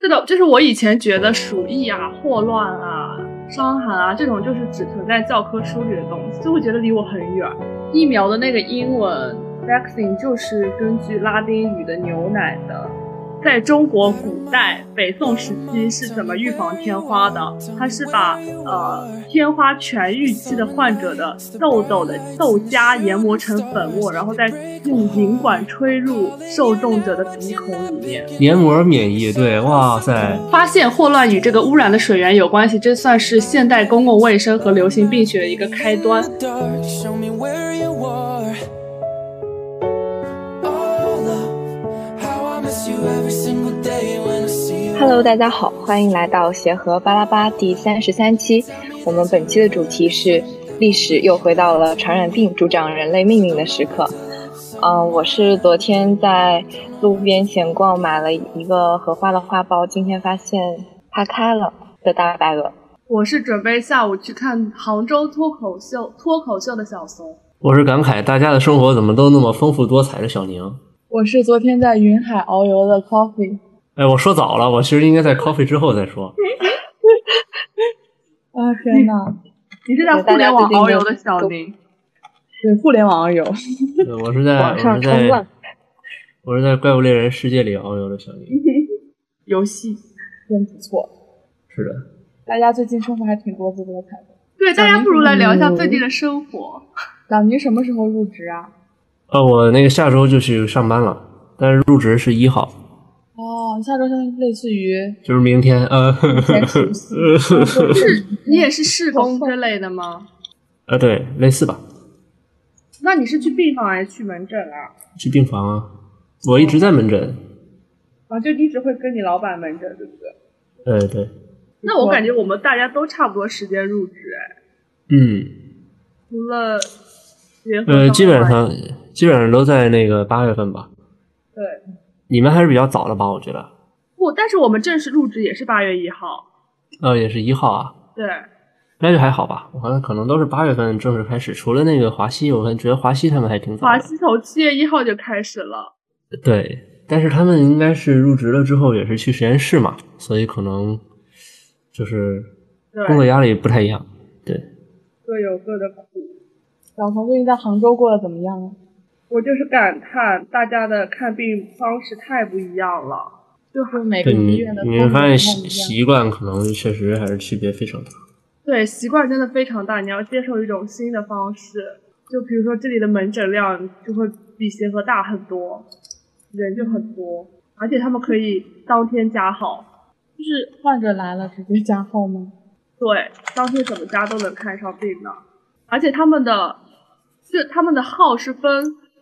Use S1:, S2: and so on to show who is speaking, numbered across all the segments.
S1: 这个就是我以前觉得鼠疫啊、霍乱啊、伤寒啊这种就是只存在教科书里的东西，就会觉得离我很远。疫苗的那个英文 vaccine 就是根据拉丁语的牛奶的。在中国古代北宋时期是怎么预防天花的？它是把呃天花痊愈期的患者的痘痘的痘痂研磨成粉末，然后再用引管吹入受众者的鼻孔里面。
S2: 黏膜免疫，对，哇塞，
S1: 发现霍乱与这个污染的水源有关系，这算是现代公共卫生和流行病学的一个开端。
S3: dark, show me where you are. All of how I miss you every single day when I see you.
S4: Hello，大家好，欢迎来到协和巴拉巴第三十三期。我们本期的主题是历史又回到了传染病主掌人类命运的时刻。嗯、我是昨天在路边闲逛买了一个荷花的花苞，今天发现它开了的大白鹅。
S1: 我是准备下午去看杭州脱口秀脱口秀的小怂。
S2: 我是感慨大家的生活怎么都那么丰富多彩的小宁。
S5: 我是昨天在云海遨游的 Coffee。
S2: 哎，我说早了，我其实应该在 coffee 之后再 说。
S5: 啊天呐，
S1: 你是在互联网遨游的小林。
S5: 对，互联网遨游。
S2: 对我是在我
S4: 网上
S2: 是
S4: 冲
S2: 在
S4: 浪
S2: 我是在怪物猎人世界里遨游的小宁。
S1: 游戏。
S5: 真不错。
S2: 是的，
S5: 大家最近生活还挺多姿多彩的。
S1: 对，
S5: 小
S1: 大家
S5: 林
S1: 不如来聊一下最
S5: 嗯
S1: 近的生活。
S5: 小宁什么时候入职啊？
S2: 呃，我那个下周就去上班了，但是入职是一号，
S5: 哦，下周相当于类 似于
S2: 就是明天。呃，
S5: 前除夕，然后
S1: 是你也是试工之类的吗？
S2: 呃，对，类似吧，
S1: 那你是去病房还是去门诊啊？
S2: 去病房啊。我一直在门诊。
S1: 啊，就一直会跟你老板门诊，对不对？
S2: 呃，对，
S1: 那我感觉我们大家都差不多时间入职，哎，
S2: 嗯，
S1: 除了结合
S2: 呃，
S1: 上
S2: 基本
S1: 班
S2: 上基本上都在那个八月份吧。
S1: 对
S2: 你们还是比较早的吧，我觉得。
S1: 不，但是我们正式入职也是八月一号，
S2: 呃，也是一号啊，
S1: 对，
S2: 那就还好吧。我好像可能都是八月份正式开始，除了那个华西，我觉得华西他们还挺早
S1: 华
S2: 的。
S1: 西从七月一号就开始了，
S2: 对，但是他们应该是入职了之后也是去实验室嘛，所以可能就是
S1: 对，
S2: 工作压力不太一样。
S1: 各有各的苦。
S5: 小童最近在杭州过得怎么样啊？
S1: 我就是感叹大家的看病方式太不一样了。
S5: 就是每个
S2: 对
S5: 医
S2: 你
S5: 院的，
S2: 你会
S5: 风格
S2: 发
S5: 不
S2: 现
S5: 太一
S2: 习
S5: 样
S2: 习惯可能确实还是区别非常大。
S1: 对，习惯真的非常大，你要接受一种新的方式。就比如说这里的门诊量就会比协和大很多，人就很多，而且他们可以当天加号，
S5: 就是患者来了直接加号吗？
S1: 对，当天怎么加都能看上病的。而且他们的就他们的号是分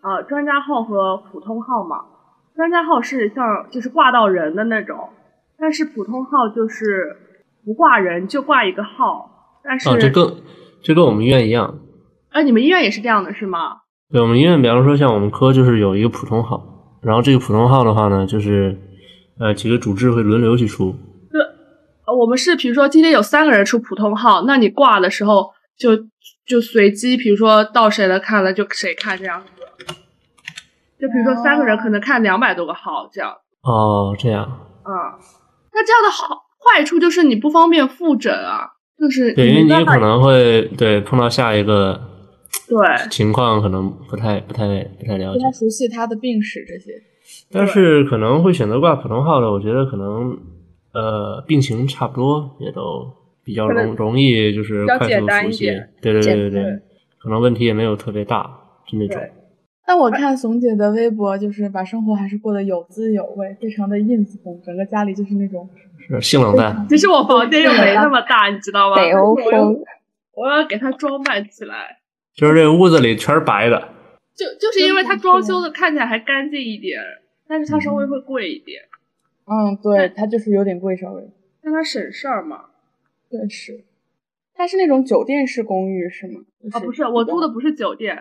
S1: 呃专家号和普通号嘛，专家号是像就是挂到人的那种，但是普通号就是不挂人就挂一个号，但是
S2: 啊，这跟这跟我们医院一样。
S1: 哎、你们医院也是这样的是吗？
S2: 对我们医院，比方说像我们科就是有一个普通号，然后这个普通号的话呢，就是呃几个主治会轮流去出。
S1: 呃，我们是比如说今天有三个人出普通号，那你挂的时候就就随机，比如说到谁的看了就谁看这样子。就比如说三个人可能看两百多个号这样，
S2: 哦，这样，
S1: 啊、那这样的好坏处就是你不方便复诊啊，就是
S2: 对，因为
S1: 没
S2: 你有
S1: 办法
S2: 可能会对碰到下一个
S1: 对
S2: 情况，可能不太不太不太了
S5: 不
S2: 解
S5: 太，熟悉他的病史这些。
S2: 但是可能会选择挂普通号的，我觉得可能呃病情差不多，也都比较
S1: 可能
S2: 容容易就是
S1: 比较
S2: 快
S1: 简
S2: 速
S1: 单
S2: 熟
S1: 一
S2: 悉
S1: 点，
S2: 对对对对
S1: 对
S2: 对，可能问题也没有特别大，就那种。
S1: 对
S5: 但我看怂姐的微博，就是把生活还是过得有滋有味，非常的 ins 风，整个家里就是那种
S2: 是性冷淡，
S1: 其实我房间又没那么大，你知道吗？
S4: 北欧
S1: 但是我又
S4: 风，
S1: 我要给它装扮起来，
S2: 就是这屋子里全是白的。
S1: 就就是因为它
S5: 真不
S1: 装
S5: 错
S1: 修的看起来还干净一点，但是它稍微会贵一点，
S5: 嗯，对，它就是有点贵，稍微
S1: 让它省事儿嘛。
S5: 对是。它是那种酒店式公寓是吗？
S1: 啊，不是，我租的不是酒店，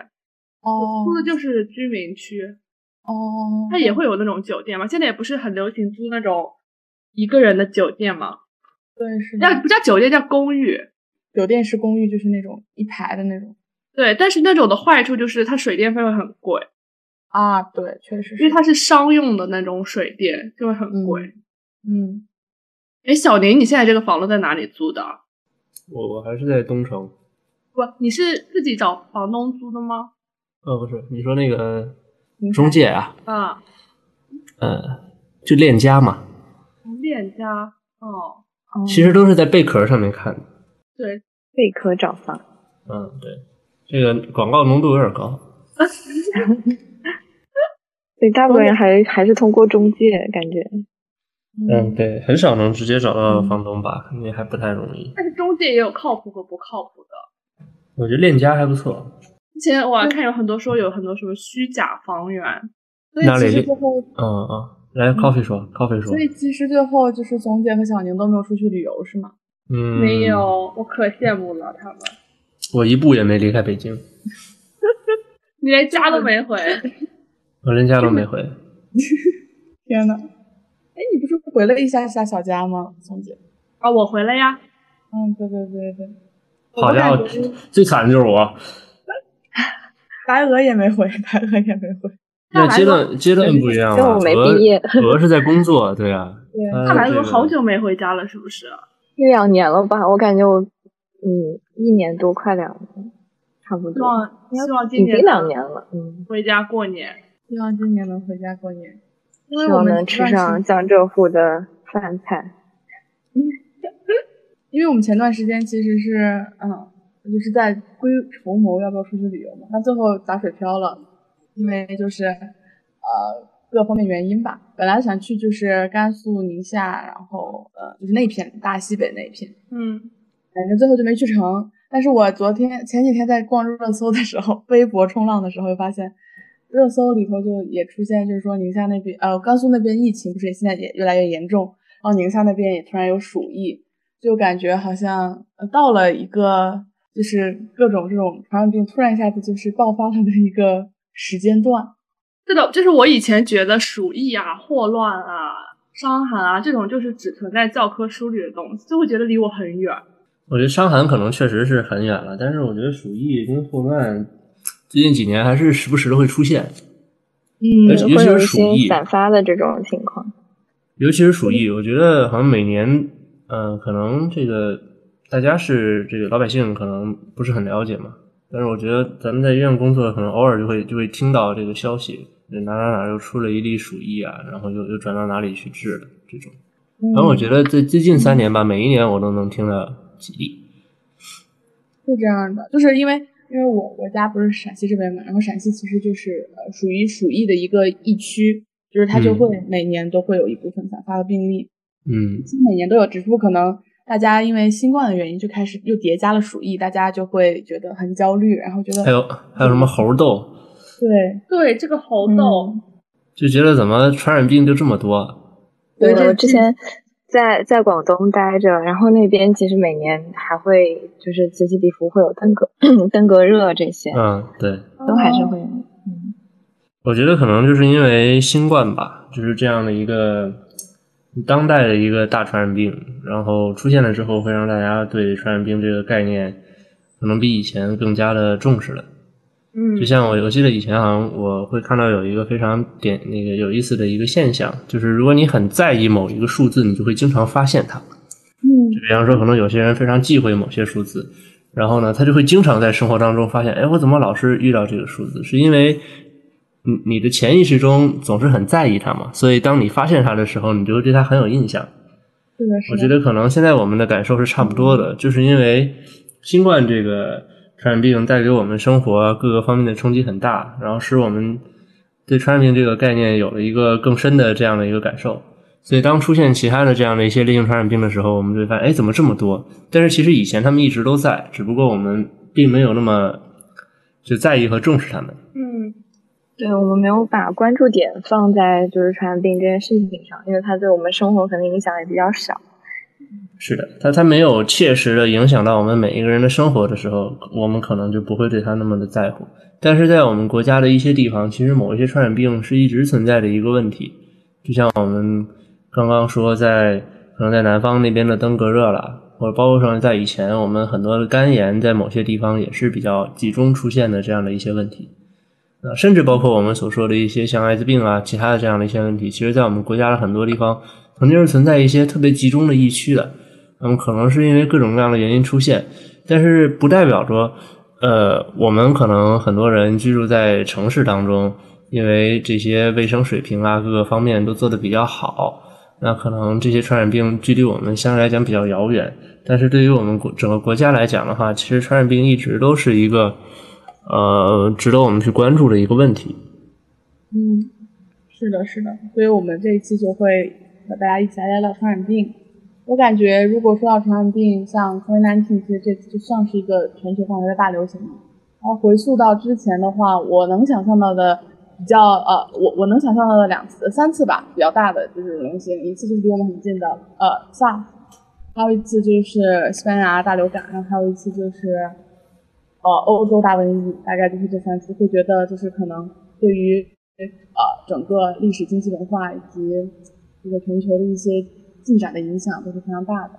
S5: 哦，
S1: 租的就是居民区，
S5: 哦，
S1: 它也会有那种酒店嘛。现在也不是很流行租那种一个人的酒店嘛，
S5: 对是的
S1: 叫不叫酒店叫公寓。
S5: 酒店式公寓，就是那种一排的那种
S1: 对，但是那种的坏处就是它水电费会很贵，
S5: 啊，对，确实是，
S1: 因为它是商用的那种水电就会很
S5: 嗯
S1: 贵。
S5: 嗯，
S1: 哎，小宁，你现在这个房子在哪里租的？啊
S2: 我我还是在东城。
S1: 不，你是自己找房东租的吗？
S2: 呃，不是，你说那个
S5: 平台
S2: 中介啊，
S1: 啊，
S2: 呃，就链家嘛，
S1: 链家哦，
S5: 哦
S2: 其实都是在贝壳上面看的。
S1: 对，
S4: 贝壳找房，
S2: 嗯，对，这个广告浓度有点高。
S4: 对，大部分人还还是通过中介，感觉
S2: 嗯，对，很少能直接找到房东吧，肯定还不太容易。
S1: 但是中介也有靠谱和不靠谱的。
S2: 我觉得链家还不错，
S1: 之前我还看有很多说有很多什么虚假房源，
S5: 所以
S2: 哪里
S5: 其实最后，
S2: 嗯嗯，来 coffee 说，coffee 说
S5: 所，以其实最后就是总姐和小宁都没有出去旅游是吗？
S2: 嗯，
S1: 没，有，我可羡慕了他们，
S2: 我一步也没离开北京，
S1: 你连家都没回。
S2: 我连家都没回。
S5: 天呐，哎，你不是回了一下下小家吗，总姐？
S1: 啊，我回来呀，
S5: 嗯，对对对对，
S2: 好家伙，最惨的就是我，
S5: 白鹅也没回，白鹅也没回。
S2: 那阶段阶段不一样
S4: 跟
S2: 了，
S4: 我没
S2: 鹅
S4: 毕业
S2: 鹅是在工作，对啊，
S5: 嗯对
S2: 呃
S1: 大白鹅
S2: 这个
S1: 好久没回家了，是不是？
S4: 一两年了吧？我感觉我，嗯，一年多，快两年，差不
S1: 希
S4: 多，
S1: 望希望
S4: 已
S1: 今
S4: 经
S1: 年
S4: 两年了，嗯，
S1: 回家过年。
S5: 希望今年能回家过年，因为
S4: 希
S5: 我
S4: 望
S5: 们
S4: 能
S5: 前
S4: 吃
S5: 段时
S4: 上江浙沪的饭菜。
S5: 因为我们前段时间其实是，嗯，就是在归筹谋要不要出去旅游嘛，但最后打水漂了，因为就是，呃，各方面原因吧。本来想去就是甘肃、宁夏，然后呃，就是那片大西北那一片，
S1: 嗯，
S5: 反正最后就没去成。但是我昨天前几天在逛热搜的时候，微博冲浪的时候，又发现热搜里头就也出现，就是说宁夏那边呃甘肃那边疫情不是现在也越来越严重，然后宁夏那边也突然有鼠疫，就感觉好像呃到了一个就是各种这种传染病突然一下子就是爆发了的一个时间段。
S1: 是的，就是我以前觉得鼠疫啊、霍乱啊、伤寒啊这种就是只存在教科书里的东西，就会觉得离我很远。
S2: 我觉得伤寒可能确实是很远了，但是我觉得鼠疫跟霍乱最近几年还是时不时的会出现，
S5: 嗯
S2: 而且尤
S4: 会
S2: 其
S4: 有
S2: 是
S4: 一
S2: 鼠疫
S4: 些，散发的这种情况，
S2: 尤其是鼠疫，我觉得好像每年，呃，可能这个大家是这个老百姓可能不是很了解嘛，但是我觉得咱们在医院工作，可能偶尔就会就会听到这个消息，哪哪哪又出了一例鼠疫啊，然后又又转到哪里去治了这种。
S5: 嗯
S2: 反正我觉得最最近三年吧，每一年我都能听到几例。
S5: 是这样的，就是因为因为我我家不是陕西这边嘛，然后陕西其实就是呃属于鼠疫的一个疫区，就是它就
S2: 嗯
S5: 会每年都会有一部分散发的病例，
S2: 嗯
S5: 其实每年都有，只不过可能大家因为新冠的原因就开始又叠加了鼠疫，大家就会觉得很焦虑，然后觉得
S2: 还有还有什么猴痘，
S5: 对
S1: 对，这个猴
S5: 嗯
S1: 痘，
S2: 就觉得怎么传染病就这么多？
S5: 对
S4: 我
S5: 这
S4: 我之前在在广东待着，然后那边其实每年还会就是此起彼伏会有登革 登革热这些，
S2: 嗯，对，
S4: 都还是会有。
S2: 我觉得可能就是因为新冠吧，就是这样的一个当代的一个大传染病，然后出现了之后，会让大家对传染病这个概念可能比以前更加的重视了。
S1: 嗯
S2: 就像我我记得以前好像我会看到有一个非常点那个有意思的一个现象，就是如果你很在意某一个数字，你就会经常发现它。
S5: 嗯
S2: 就比方说，可能有些人非常忌讳某些数字，然后呢，他就会经常在生活当中发现，哎，我怎么老是遇到这个数字？是因为你你的潜意识中总是很在意它嘛，所以当你发现它的时候，你就会对它很有印象。
S5: 是的是
S2: 我
S5: 的，嗯
S2: 觉得可能现在我们的感受是差不多的，就是因为新冠这个传染病带给我们生活各个方面的冲击很大，然后使我们对传染病这个概念有了一个更深的这样的一个感受。所以当出现其他的这样的一些类型传染病的时候，我们就会发现，哎，怎么这么多？但是其实以前他们一直都在，只不过我们并没有那么就在意和重视他们。
S1: 嗯，
S4: 对我们没有把关注点放在就是传染病这件事情上，因为它对我们生活可能影响也比较少。
S2: 是的，它它没有切实的影响到我们每一个人的生活的时候，我们可能就不会对它那么的在乎。但是在我们国家的一些地方，其实某一些传染病是一直存在的一个问题，就像我们刚刚说在可能在南方那边的登革热啦，或者包括上在以前我们很多的肝炎在某些地方也是比较集中出现的这样的一些问题。啊，甚至包括我们所说的一些像艾滋病啊，其他的这样的一些问题，其实在我们国家的很多地方曾经是存在一些特别集中的疫区的，那、么嗯可能是因为各种各样的原因出现，但是不代表着，呃，我们可能很多人居住在城市当中，因为这些卫生水平啊各个方面都做得比较好，那可能这些传染病距离我们相对来讲比较遥远，但是对于我们国整个国家来讲的话，其实传染病一直都是一个，呃，值得我们去关注的一个问题。
S5: 嗯，是的，是的，所以我们这一期就会和大家一起来聊聊传染病。我感觉，如果说到传染病，像 COVID-19，其实这次就像是一个全球范围的大流行嘛。然后回溯到之前的话，我能想象到的比较呃，我我能想象到的两次、三次吧，比较大的就是流行，一次就是离我们很近的呃 SARS，还有一次就是西班牙大流感，然后还有一次就是呃欧洲大瘟疫，大概就是这三次，会觉得就是可能对于呃整个历史、经济、文化以及这个全球的一些进展的影响都是非常大的。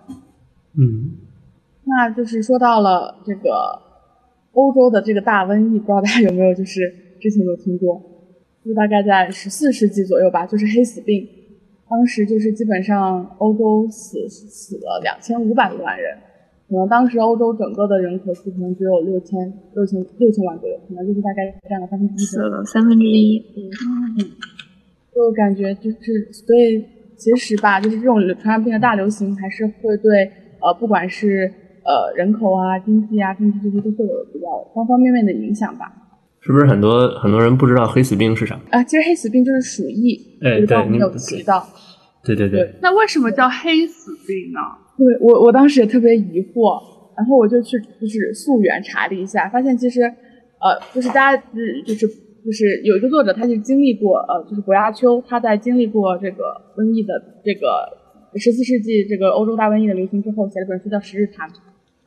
S2: 嗯，
S5: 那就是说到了这个欧洲的这个大瘟疫，不知道大家有没有就是之前有听过，就大概在十四世纪左右吧，就是黑死病，当时就是基本上欧洲死死了两千五百多万人，可能当时欧洲整个的人口数可能只有六千六千六千万左右，可能就是大概占了三分之一左
S6: 死
S5: 右。
S6: 了三分之一。
S5: 就感觉就是，所以其实吧，就是这种传染病的大流行，还是会对呃，不管是呃人口啊、经济啊、政治这些，都会有比较方方面面的影响吧。
S2: 是不是很多很多人不知道黑死病是啥？
S5: 啊、其实黑死病就是鼠疫，
S2: 哎
S5: 就是
S2: 对
S5: 刚刚我们
S2: 你
S5: 有提到。
S2: 对对对，
S1: 那为什么叫黑死病呢？
S5: 对我我当时也特别疑惑，然后我就去就是溯源查了一下，发现其实呃就是大家就是就是就是有一个作者，他就经历过呃就是柏拉丘，他在经历过这个瘟疫的这个十四世纪这个欧洲大瘟疫的流行之后，写了本书叫《十日谈》，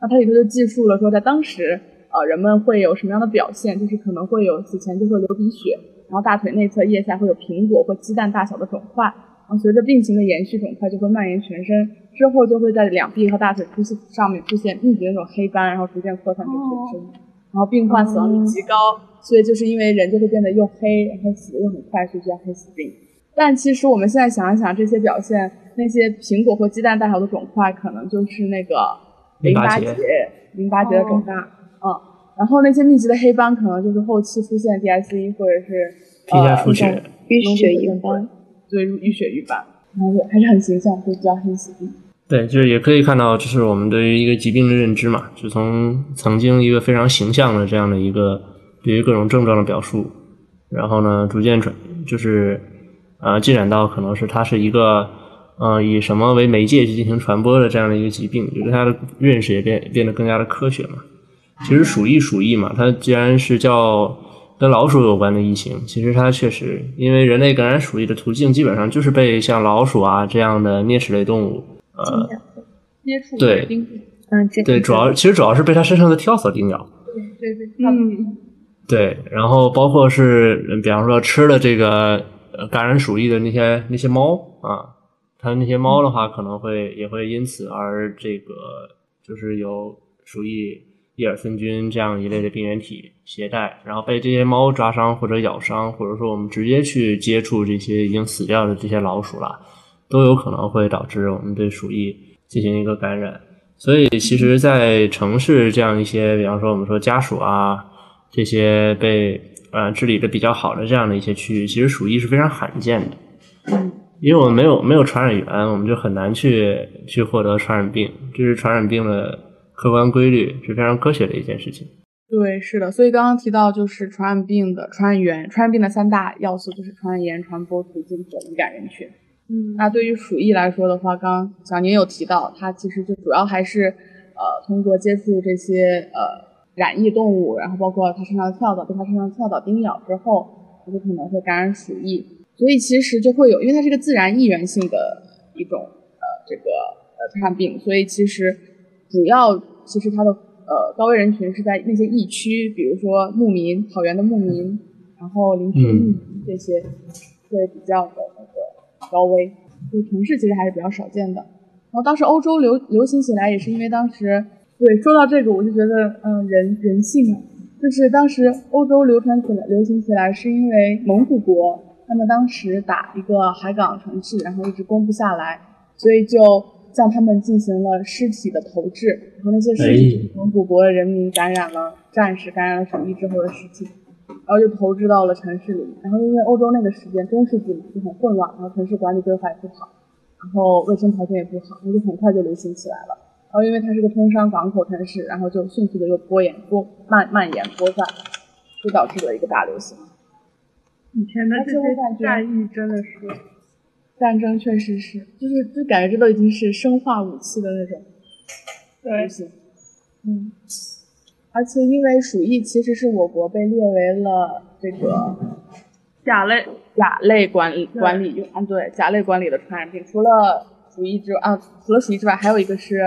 S5: 那它里头就记述了说在当时呃人们会有什么样的表现，就是可能会有此前就会流鼻血，然后大腿内侧、腋下会有苹果或鸡蛋大小的肿块。然后随着病情的延续，肿块就会蔓延全身，之后就会在两臂和大腿出现上面出现密集的那种黑斑，然后逐渐扩散至全身。然后病患死亡率极高，所以就是因为人就会变得又黑，然后死得又很快，所以就叫黑死病。但其实我们现在想一想，这些表现，那些苹果或鸡蛋大小的肿块，可能就是那个
S2: 淋
S5: 淋
S2: 巴
S5: 巴
S2: 结
S5: 结、淋巴结的肿大。嗯，然后那些密集的黑斑，可能就是后期出现 DSE 或者是
S2: 皮下出血
S5: 呃、
S4: 淤血一
S5: 一
S4: 般，
S5: 对，浴血一斑，然后就还是很形象，就叫黑死病。
S2: 对，就是也可以看到，就是我们对于一个疾病的认知嘛，就从曾经一个非常形象的这样的一个对于各种症状的表述，然后呢，逐渐转就是呃进展到可能是它是一个呃以什么为媒介去进行传播的这样的一个疾病，就是它的认识也变变得更加的科学嘛。其实鼠疫鼠疫嘛，它既然是叫跟老鼠有关的疫情，其实它确实因为人类感染鼠疫的途径基本上就是被像老鼠啊这样的啮齿类动物。呃，
S5: 接触
S2: 对
S5: 丁字
S4: 嗯，这
S2: 对，主要其实主要是被它身上的跳蚤叮咬。
S5: 对对，
S1: 嗯，
S2: 对，然后包括是，呃比方说吃了这个呃感染鼠疫的那些那些猫啊，它那些猫的话，可能会也会因此而这个就是有鼠疫叶尔森菌这样一类的病原体携带，然后被这些猫抓伤或者咬伤，或者说我们直接去接触这些已经死掉的这些老鼠了，都有可能会导致我们对鼠疫进行一个感染。所以，其实，在城市这样一些，比方说我们说家属啊，这些被呃治理的比较好的这样的一些区域，其实鼠疫是非常罕见的。因为我们没有没有传染源，我们就很难去去获得传染病，这是传染病的客观规律，是非常科学的一件事情。
S5: 对是的。所以刚刚提到就是传染病的传染源，传染病的三大要素就是传染源、传播途径和易感人群。嗯，那对于鼠疫来说的话，刚刚小宁有提到，它其实就主要还是呃通过接触这些呃染疫动物，然后包括它身上的跳蚤被它身上的跳蚤叮咬之后，它就可能会感染鼠疫。所以其实就会有，因为它是个自然疫源性的一种呃这个呃传染病，所以其实主要其实它的呃高危人群是在那些疫区，比如说牧民、草原的牧民，然后林区牧民这些会比较的那个高危，就城市其实还是比较少见的。然后当时欧洲流流行起来也是因为当时对说到这个，我就觉得嗯人人性啊，就是当时欧洲流传起来、流行起来，是因为蒙古国他们当时打一个海港城市，然后一直攻不下来，所以就向他们进行了尸体的投掷，然后那些尸体从古国人民感染了战士，感染了鼠疫之后的尸体，然后就投掷到了城市里。然后因为欧洲那个时间中世纪嘛，就很混乱，然后城市管理规划也不好，然后卫生条件也不好，然后就很快就流行起来了。然后因为它是个通商港口城市，然后就迅速的又播延播蔓蔓延播散，就导致了一个大流行。
S1: 以前的这
S5: 而且我感
S1: 些
S5: 觉
S1: 战役真的是，
S5: 战争确实是，就是就感觉这都已经是生化武器的那种东
S1: 对，
S5: 西。嗯，而且因为鼠疫其实是我国被列为了这个
S1: 甲类
S5: 甲类管理管理用啊，对甲类管理的传染病，除了鼠疫之外啊，除了鼠疫之外，还有一个是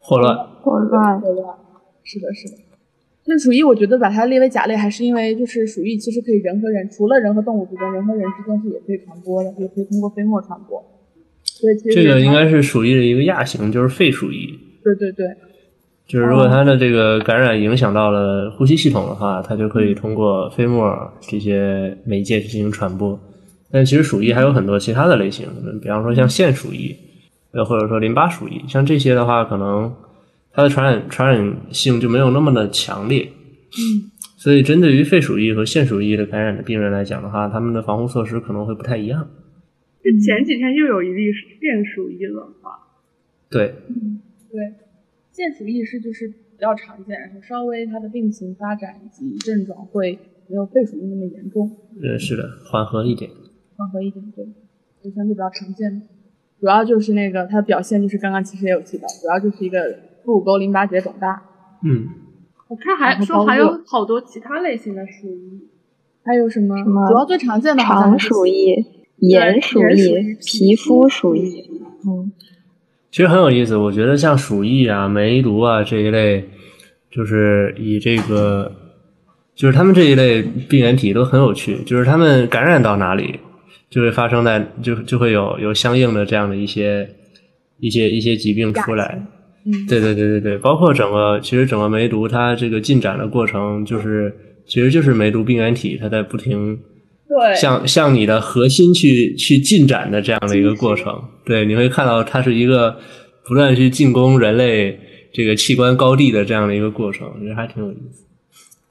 S2: 霍乱，
S4: 混乱。
S5: 霍乱。是的，是的。那鼠疫，我觉得把它列为甲类，还是因为就是鼠疫其实可以人和人，除了人和动物之间，人和人之间是也可以传播的，也可以通过飞沫传播。所以其实
S2: 这个
S5: 嗯它
S2: 应该是鼠疫的一个亚型，就是肺鼠疫。
S5: 对对对，
S2: 就是如果它的这个感染影响到了呼吸系统的话，它就可以通过飞沫这些媒介进行传播。但其实鼠疫还有很多其他的类型，比方说像腺鼠疫，呃，或者说淋巴鼠疫，像这些的话，可能它的传染传染性就没有那么的强烈。所以针对于肺鼠疫和腺鼠疫的感染的病人来讲的话，他们的防护措施可能会不太一样。
S1: 就前几天又有一例变鼠疫了吧？
S2: 对，
S5: 对，腺鼠疫是就是比较常见，然后稍微它的病情发展以及症状会没有肺鼠疫那么严重，
S2: 呃，是的，缓和一点。
S5: 缓和一点，对，就相对比较常见的。主要就是那个它的表现，就是刚刚其实也有提到，主要就是一个腹股沟淋巴结肿大，
S2: 嗯，
S1: 我看还
S5: 然后
S1: 说还
S5: 包括
S1: 有好多其他类型的鼠疫，
S5: 还有什么？
S4: 什么
S5: 主要最常见的好像
S4: 肠
S5: 还是
S4: 鼠疫、盐鼠
S1: 对盐
S4: 疫、
S1: 鼠疫
S4: 皮肤鼠疫，嗯，
S2: 其实很有意思，我觉得像鼠疫啊、梅毒啊这一类，就是以这个，就是他们这一类病原体都很有趣，就是他们感染到哪里，就会发生在就就会有有相应的这样的一些一些一些疾病出来。
S5: 嗯，
S2: 对对对对对，包括整个其实整个梅毒它这个进展的过程，就是其实就是梅毒病原体它在不停
S1: 对
S2: 向向你的核心去去进展的这样的一个过程。对，你会看到它是一个不断去进攻人类这个器官高地的这样的一个过程，我觉得还挺有意思。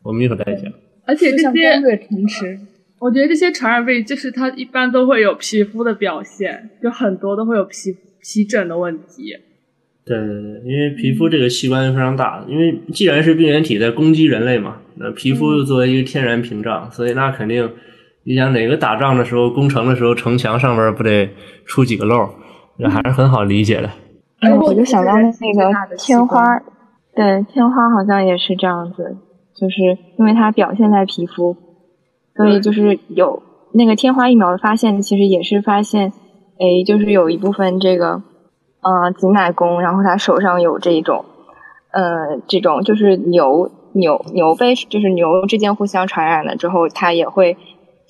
S2: 我们一会儿再讲。
S1: 而且
S5: 就
S1: 这
S5: 像
S1: 些
S5: 攻略城池，
S1: 我觉得这些传染病就是它一般都会有皮肤的表现，就很多都会有皮皮疹的问题。
S2: 对对对，因为皮肤这个器官非常大，因为既然是病原体在攻击人类嘛，那皮肤又作为一个天然屏障，所以那肯定，你想哪个打仗的时候、攻城的时候，城墙上面不得出几个漏儿，那还是很好理
S1: 嗯
S2: 解的。
S5: 哎
S4: 嗯我就想到那
S5: 最大
S4: 个
S5: 的器
S4: 天
S5: 官
S4: 花，对，天花好像也是这样子，就是因为它表现在皮肤，所以就是有那个天花疫苗的发现，其实也是发现，诶，就是有一部分这个，呃，挤奶工，然后他手上有这种，呃，这种就是牛牛牛被就是牛之间互相传染了之后，它也会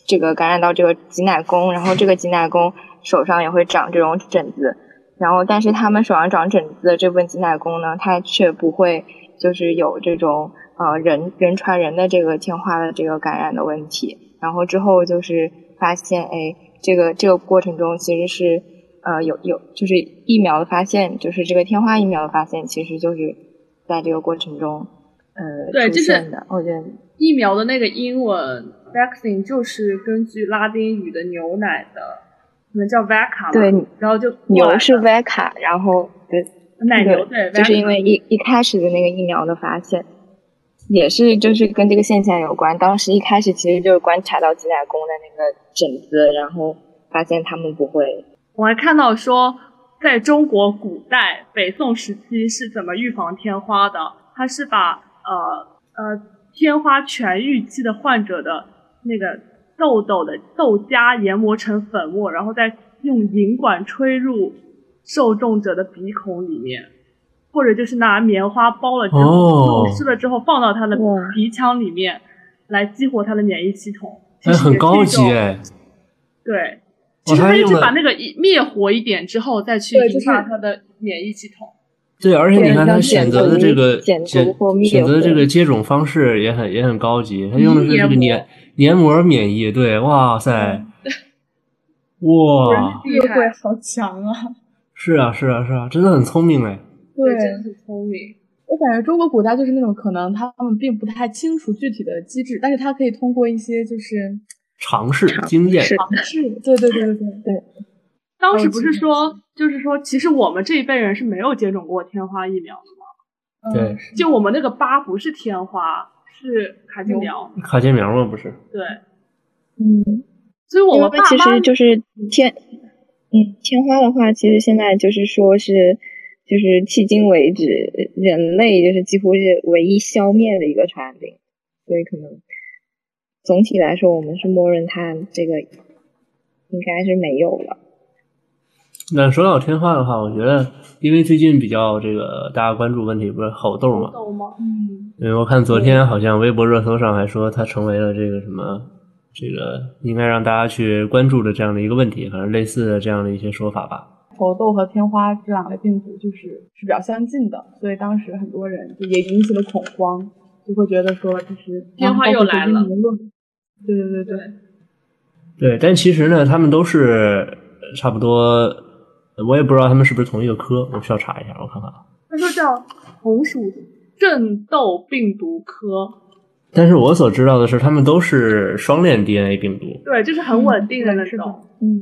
S4: 这个感染到这个挤奶工，然后这个挤奶工手上也会长这种疹子，然后但是他们手上长疹子的这部分挤奶工呢，它却不会就是有这种呃人人传人的这个天花的这个感染的问题。然后之后就是发现，哎，这个这个过程中其实是呃有有就是疫苗的发现，就是这个天花疫苗的发现，其实就是在这个过程中呃
S1: 对
S4: 出
S1: 就是
S4: 现的。我觉得
S1: 疫苗的那个英文 vaccine 就是根据拉丁语的牛奶的，你们叫 vaca 嘛
S4: 对
S1: 然后就过来
S4: 牛
S1: 的啊
S4: 是 v 卡，然后对
S1: 奶牛对
S4: 对，，就是
S1: Vaca
S4: 因为一一开始的那个疫苗的发现，也是就是跟这个现象有关。当时一开始其实就是观察到挤奶工的那个疹子，然后发现他们不会。
S1: 我还看到说，在中国古代北宋时期是怎么预防天花的？它是把呃呃天花痊愈期的患者的那个痘痘的痘痂研磨成粉末，然后再用银管吹入受众者的鼻孔里面，或者就是拿棉花包了之后
S2: 哦
S1: 弄湿了之后放到他的
S4: 哇
S1: 鼻腔里面，来激活他的免疫系统。其
S2: 哎，
S1: 实也
S2: 很
S1: 是
S2: 高
S1: 一
S2: 级
S1: 种
S2: 哎，
S1: 对，
S2: 哦
S1: 其实
S2: 他
S1: 它就
S2: 用
S1: 是
S2: 的
S1: 把那个一灭活一点之后，再去
S5: 对就
S1: 引
S5: 是
S1: 发它的免疫系统。
S2: 对，而且你看
S4: 对
S2: 他
S4: 要
S2: 选
S4: 减
S2: 择的
S4: 毒
S2: 这个
S4: 减毒
S2: 选
S4: 或灭
S2: 选择的这
S4: 活
S2: 个接种方式也很也很高级，他用的是
S1: 黏
S2: 这个
S1: 膜
S4: 嗯
S2: 黏黏膜免疫，对，哇塞， 哇，
S5: 智慧好强啊！
S2: 是啊是啊是啊，真的很聪明哎。
S5: 对，
S1: 真是聪明。
S5: 我感觉中国古代就是那种可能他们并不太清楚具体的机制，但是他可以通过一些就是
S2: 尝试
S4: 尝
S2: 经验，
S4: 是
S5: 尝试，对对对对对对，
S1: 当时
S5: 哦
S1: 不是
S5: 真的
S1: 说，就是说，其实我们这一辈人是没有接种过天花疫苗的嘛。
S5: 嗯
S2: 对
S5: 是
S1: 就我们那个疤不是天花，是卡介苗。
S2: 卡介苗嘛不是？
S1: 对，
S4: 嗯，
S1: 所以我
S4: 因
S1: 们
S4: 为
S1: 爸
S4: 其
S1: 妈
S4: 实就是天，嗯，天花的话，其实现在就是说是，就是迄今为止，人类就是几乎是唯一消灭的一个传染病，所以可能总体来说，我们是默认它这个应该是没有了。
S2: 那说到天花的话，我觉得因为最近比较这个大家关注问题不是猴痘嘛，
S1: 懂吗？
S5: 嗯，
S2: 因为我看昨天好像微博热搜上还说它成为了这个什么。这个应该让大家去关注的这样的一个问题，反正类似的这样的一些说法吧。
S5: 猴痘和天花这两类病毒就是是比较相近的，所以当时很多人就也引起了恐慌，就会觉得说就是
S1: 天花又来了
S5: 啊包括国际舆论对对对对，
S2: 对，但其实呢，他们都是呃差不多，我也不知道他们是不是同一个科，我需要查一下，我看看。啊。
S1: 他说叫红薯正痘病毒科，
S2: 但是我所知道的是，他们都是双链 DNA 病毒，
S1: 对，就是很稳定的那
S5: 嗯是的
S1: 种。
S5: 嗯，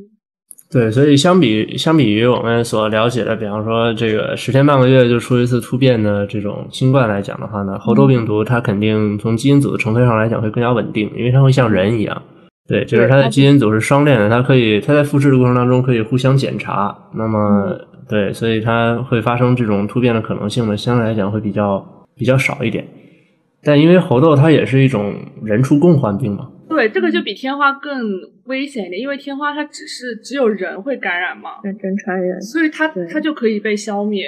S2: 对，所以相比相比于我们所了解的，比方说这个十天半个月就出一次突变的这种新冠来讲的话呢，
S5: 嗯
S2: 猴痘病毒它肯定从基因组的成分上来讲会更加稳定，因为它会像人一样。对，就是
S5: 对
S2: 它的
S5: 它
S2: 基因组是双链的，它可以它在复制的过程当中可以互相检查。那么
S5: 嗯，
S2: 对，所以它会发生这种突变的可能性呢，相对来讲会比较比较少一点。但因为猴痘它也是一种人畜共患病嘛，
S1: 对，这个就比天花更危险一点，因为天花它只是只有人会感染嘛，
S4: 那真传人，
S1: 所以它
S4: 对
S1: 它就可以被消灭。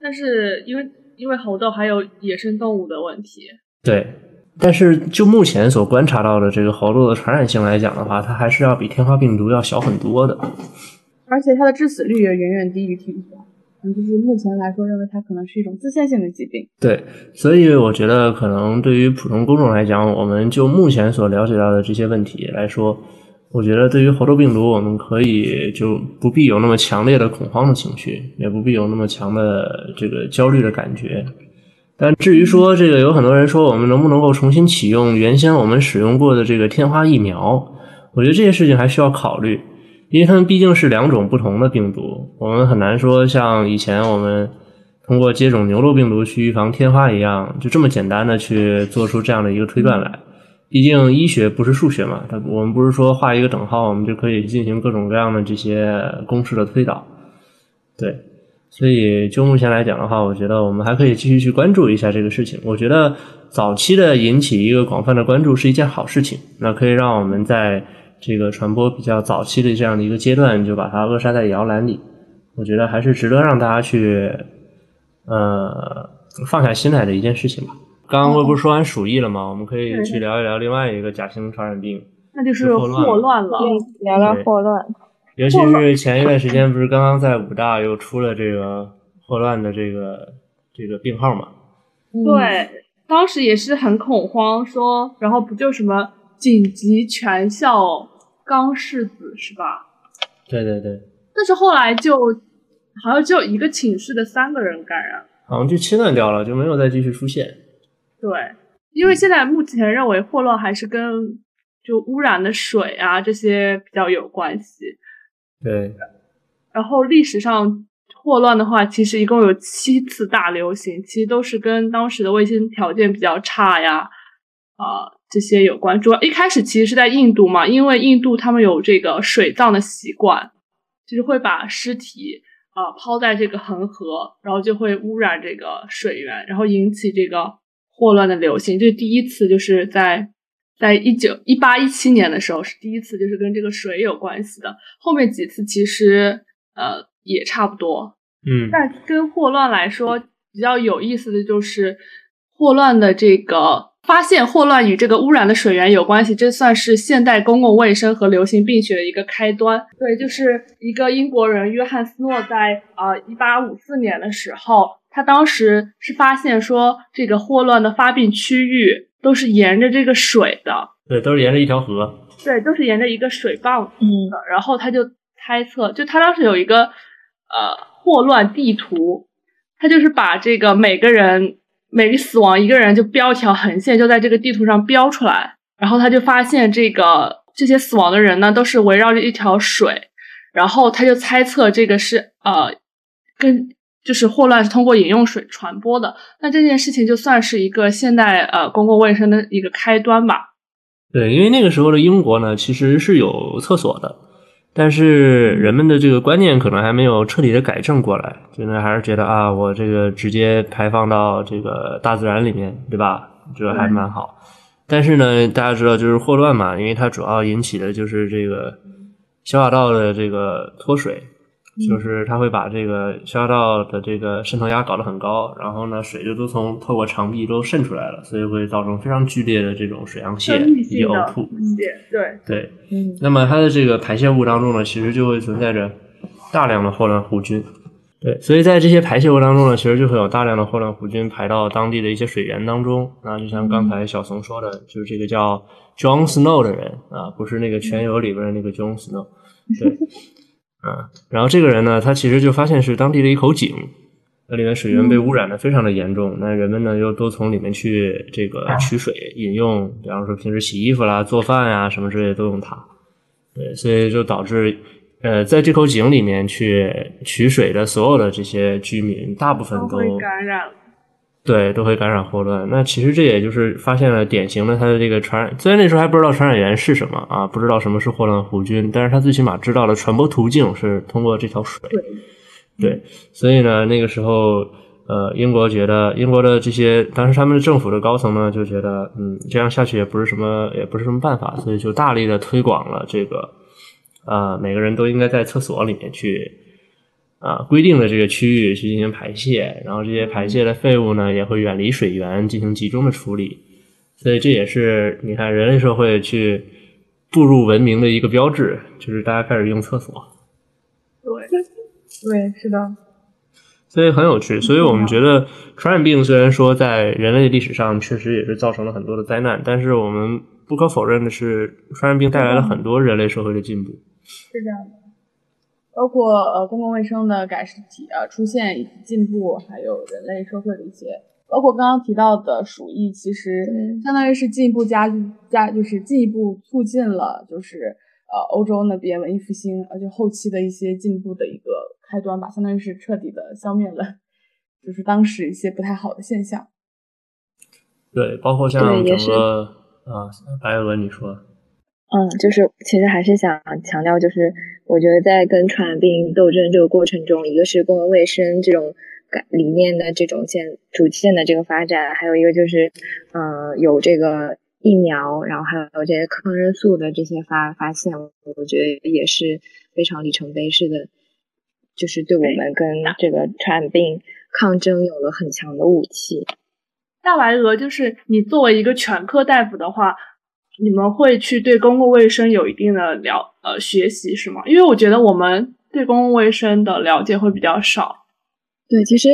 S1: 但是因为因为猴痘还有野生动物的问题，
S2: 对，但是就目前所观察到的这个猴痘的传染性来讲的话，它还是要比天花病毒要小很多的。
S5: 而且它的致死率也远远低于天花，嗯，就是目前来说认为它可能是一种自限性的疾病，
S2: 对，所以我觉得可能对于普通公众来讲，我们就目前所了解到的这些问题来说，我觉得对于猴痘病毒，我们可以就不必有那么强烈的恐慌的情绪，也不必有那么强的这个焦虑的感觉。但至于说这个，有很多人说我们能不能够重新启用原先我们使用过的这个天花疫苗，我觉得这些事情还需要考虑。因为它们毕竟是两种不同的病毒，我们很难说像以前我们通过接种牛痘病毒去预防天花一样，就这么简单的去做出这样的一个推断来。毕竟医学不是数学嘛，它我们不是说画一个等号，我们就可以进行各种各样的这些公式的推导。对，所以就目前来讲的话，我觉得我们还可以继续去关注一下这个事情。我觉得早期的引起一个广泛的关注是一件好事情，那可以让我们在这个传播比较早期的这样的一个阶段，就把它扼杀在摇篮里。我觉得还是值得让大家去呃放下心来的一件事情吧。刚刚我不是说完鼠疫了吗？我们可以去聊一聊另外一个甲型传染病。
S1: 那就是
S2: 是霍乱
S1: 霍乱了。
S4: 聊聊
S2: 对
S4: 霍乱，
S2: 尤其是前一段时间，不是刚刚在武大又出了这个霍乱的这个这个病号嘛？
S1: 对，当时也是很恐慌，说然后不就什么紧急全校刚柿子是吧？
S2: 对对对，
S1: 但是后来就好像只有一个寝室的三个人感染。
S2: 好像就切断掉了，就没有再继续出现。
S1: 对，因为现在目前认为霍乱还是跟就污染的水啊这些比较有关系。
S2: 对，
S1: 然后历史上霍乱的话，其实一共有七次大流行，其实都是跟当时的卫生条件比较差呀，啊、这些有关。主要一开始其实是在印度嘛，因为印度他们有这个水葬的习惯，就是会把尸体啊、抛在这个恒河，然后就会污染这个水源，然后引起这个霍乱的流行。这第一次就是在。在一九一八一七年的时候是第一次，就是跟这个水有关系的。后面几次其实呃也差不多。
S2: 嗯，
S1: 但跟霍乱来说，比较有意思的就是霍乱的这个发现，霍乱与这个污染的水源有关系，这算是现代公共卫生和流行病学的一个开端。对，就是一个英国人约翰斯诺在呃一八五四年的时候，他当时是发现说这个霍乱的发病区域都是沿着这个水的，
S2: 对，都是沿着一条河。
S1: 对，都是沿着一个水泵呃
S4: 嗯，
S1: 然后他就猜测，就他当时有一个呃霍乱地图，他就是把这个每个人每个死亡一个人就标一条横线，就在这个地图上标出来，然后他就发现这个这些死亡的人呢都是围绕着一条水，然后他就猜测这个是呃跟就是霍乱是通过饮用水传播的，那这件事情就算是一个现代呃公共卫生的一个开端吧。
S2: 对，因为那个时候的英国呢，其实是有厕所的，但是人们的这个观念可能还没有彻底的改正过来，真的还是觉得啊，我这个直接排放到这个大自然里面，对吧？这还蛮好。但是呢，大家知道就是霍乱嘛，因为它主要引起的就是这个小小道的这个脱水，
S1: 嗯
S2: 就是它会把这个消化道的这个渗透压搞得很高，然后呢，水就都从透过肠壁都渗出来了，所以会造成非常剧烈的这种水样泄
S1: 生理
S2: 以及
S1: 性的
S2: 呕吐。
S1: 对对，
S2: 对，
S5: 嗯
S2: 那么它的这个排泄物当中呢，其实就会存在着大量的霍乱弧菌。对，所以在这些排泄物当中呢，其实就会有大量的霍乱弧菌排到当地的一些水源当中。啊，就像刚才小怂说的，就是这个叫 John Snow 的人啊，不是那个《全游》里边的那个 John Snow。对，啊，然后这个人呢，他其实就发现是当地的一口井，那里面水源被
S1: 嗯
S2: 污染的非常的严重，那人们呢又都从里面去这个
S1: 啊
S2: 取水饮用，比方说平时洗衣服啦、做饭呀、什么之类的都用它。对，所以就导致，呃，在这口井里面去取水的所有的这些居民，大部分
S1: 都
S2: 都
S1: 会感染了。
S2: 对，都会感染霍乱。那其实这也就是发现了典型的它的这个传染，虽然那时候还不知道传染源是什么啊，不知道什么是霍乱弧菌，但是它最起码知道了传播途径是通过这条水。对，所以呢，那个时候，呃，英国觉得英国的这些当时他们的政府的高层呢，就觉得，嗯，这样下去也不是什么，也不是什么办法，所以就大力的推广了这个，呃，每个人都应该在厕所里面去，啊、规定的这个区域去进行排泄，然后这些排泄的废物呢，也会远离水源进行集中的处理，所以这也是你看人类社会去步入文明的一个标志，就是大家开始用厕所。
S5: 对，是的，
S2: 所以很有
S4: 嗯
S2: 趣。所以我们觉得传染病虽然说在人类历史上确实也是造成了很多的灾难，但是我们不可否认的是，传染病带来了很多人类社会的进步。
S5: 是这样的。包括呃公共卫生的改实体啊出现以及进步，还有人类社会的一些，包括刚刚提到的鼠疫，其实
S4: 对
S5: 相当于是进一步加剧加，就是进一步促进了就是呃欧洲那边文艺复兴，呃就后期的一些进步的一个开端吧，相当于是彻底的消灭了就是当时一些不太好的现象。
S2: 对，包括像
S4: 对也
S2: 整个啊，白俄你说，
S4: 嗯，就是其实还是想强调，就是我觉得在跟传染病斗争这个过程中，一个是公共卫生这种概理念的这种建主线的这个发展，还有一个就是，呃，有这个疫苗，然后还有这些抗生素的这些发发现，我觉得也是非常里程碑式的，就是对我们跟这个传染病抗争有了很强的武器。
S1: 大白鹅就是你作为一个全科大夫的话，你们会去对公共卫生有一定的了呃学习是吗？因为我觉得我们对公共卫生的了解会比较少。
S4: 对，其实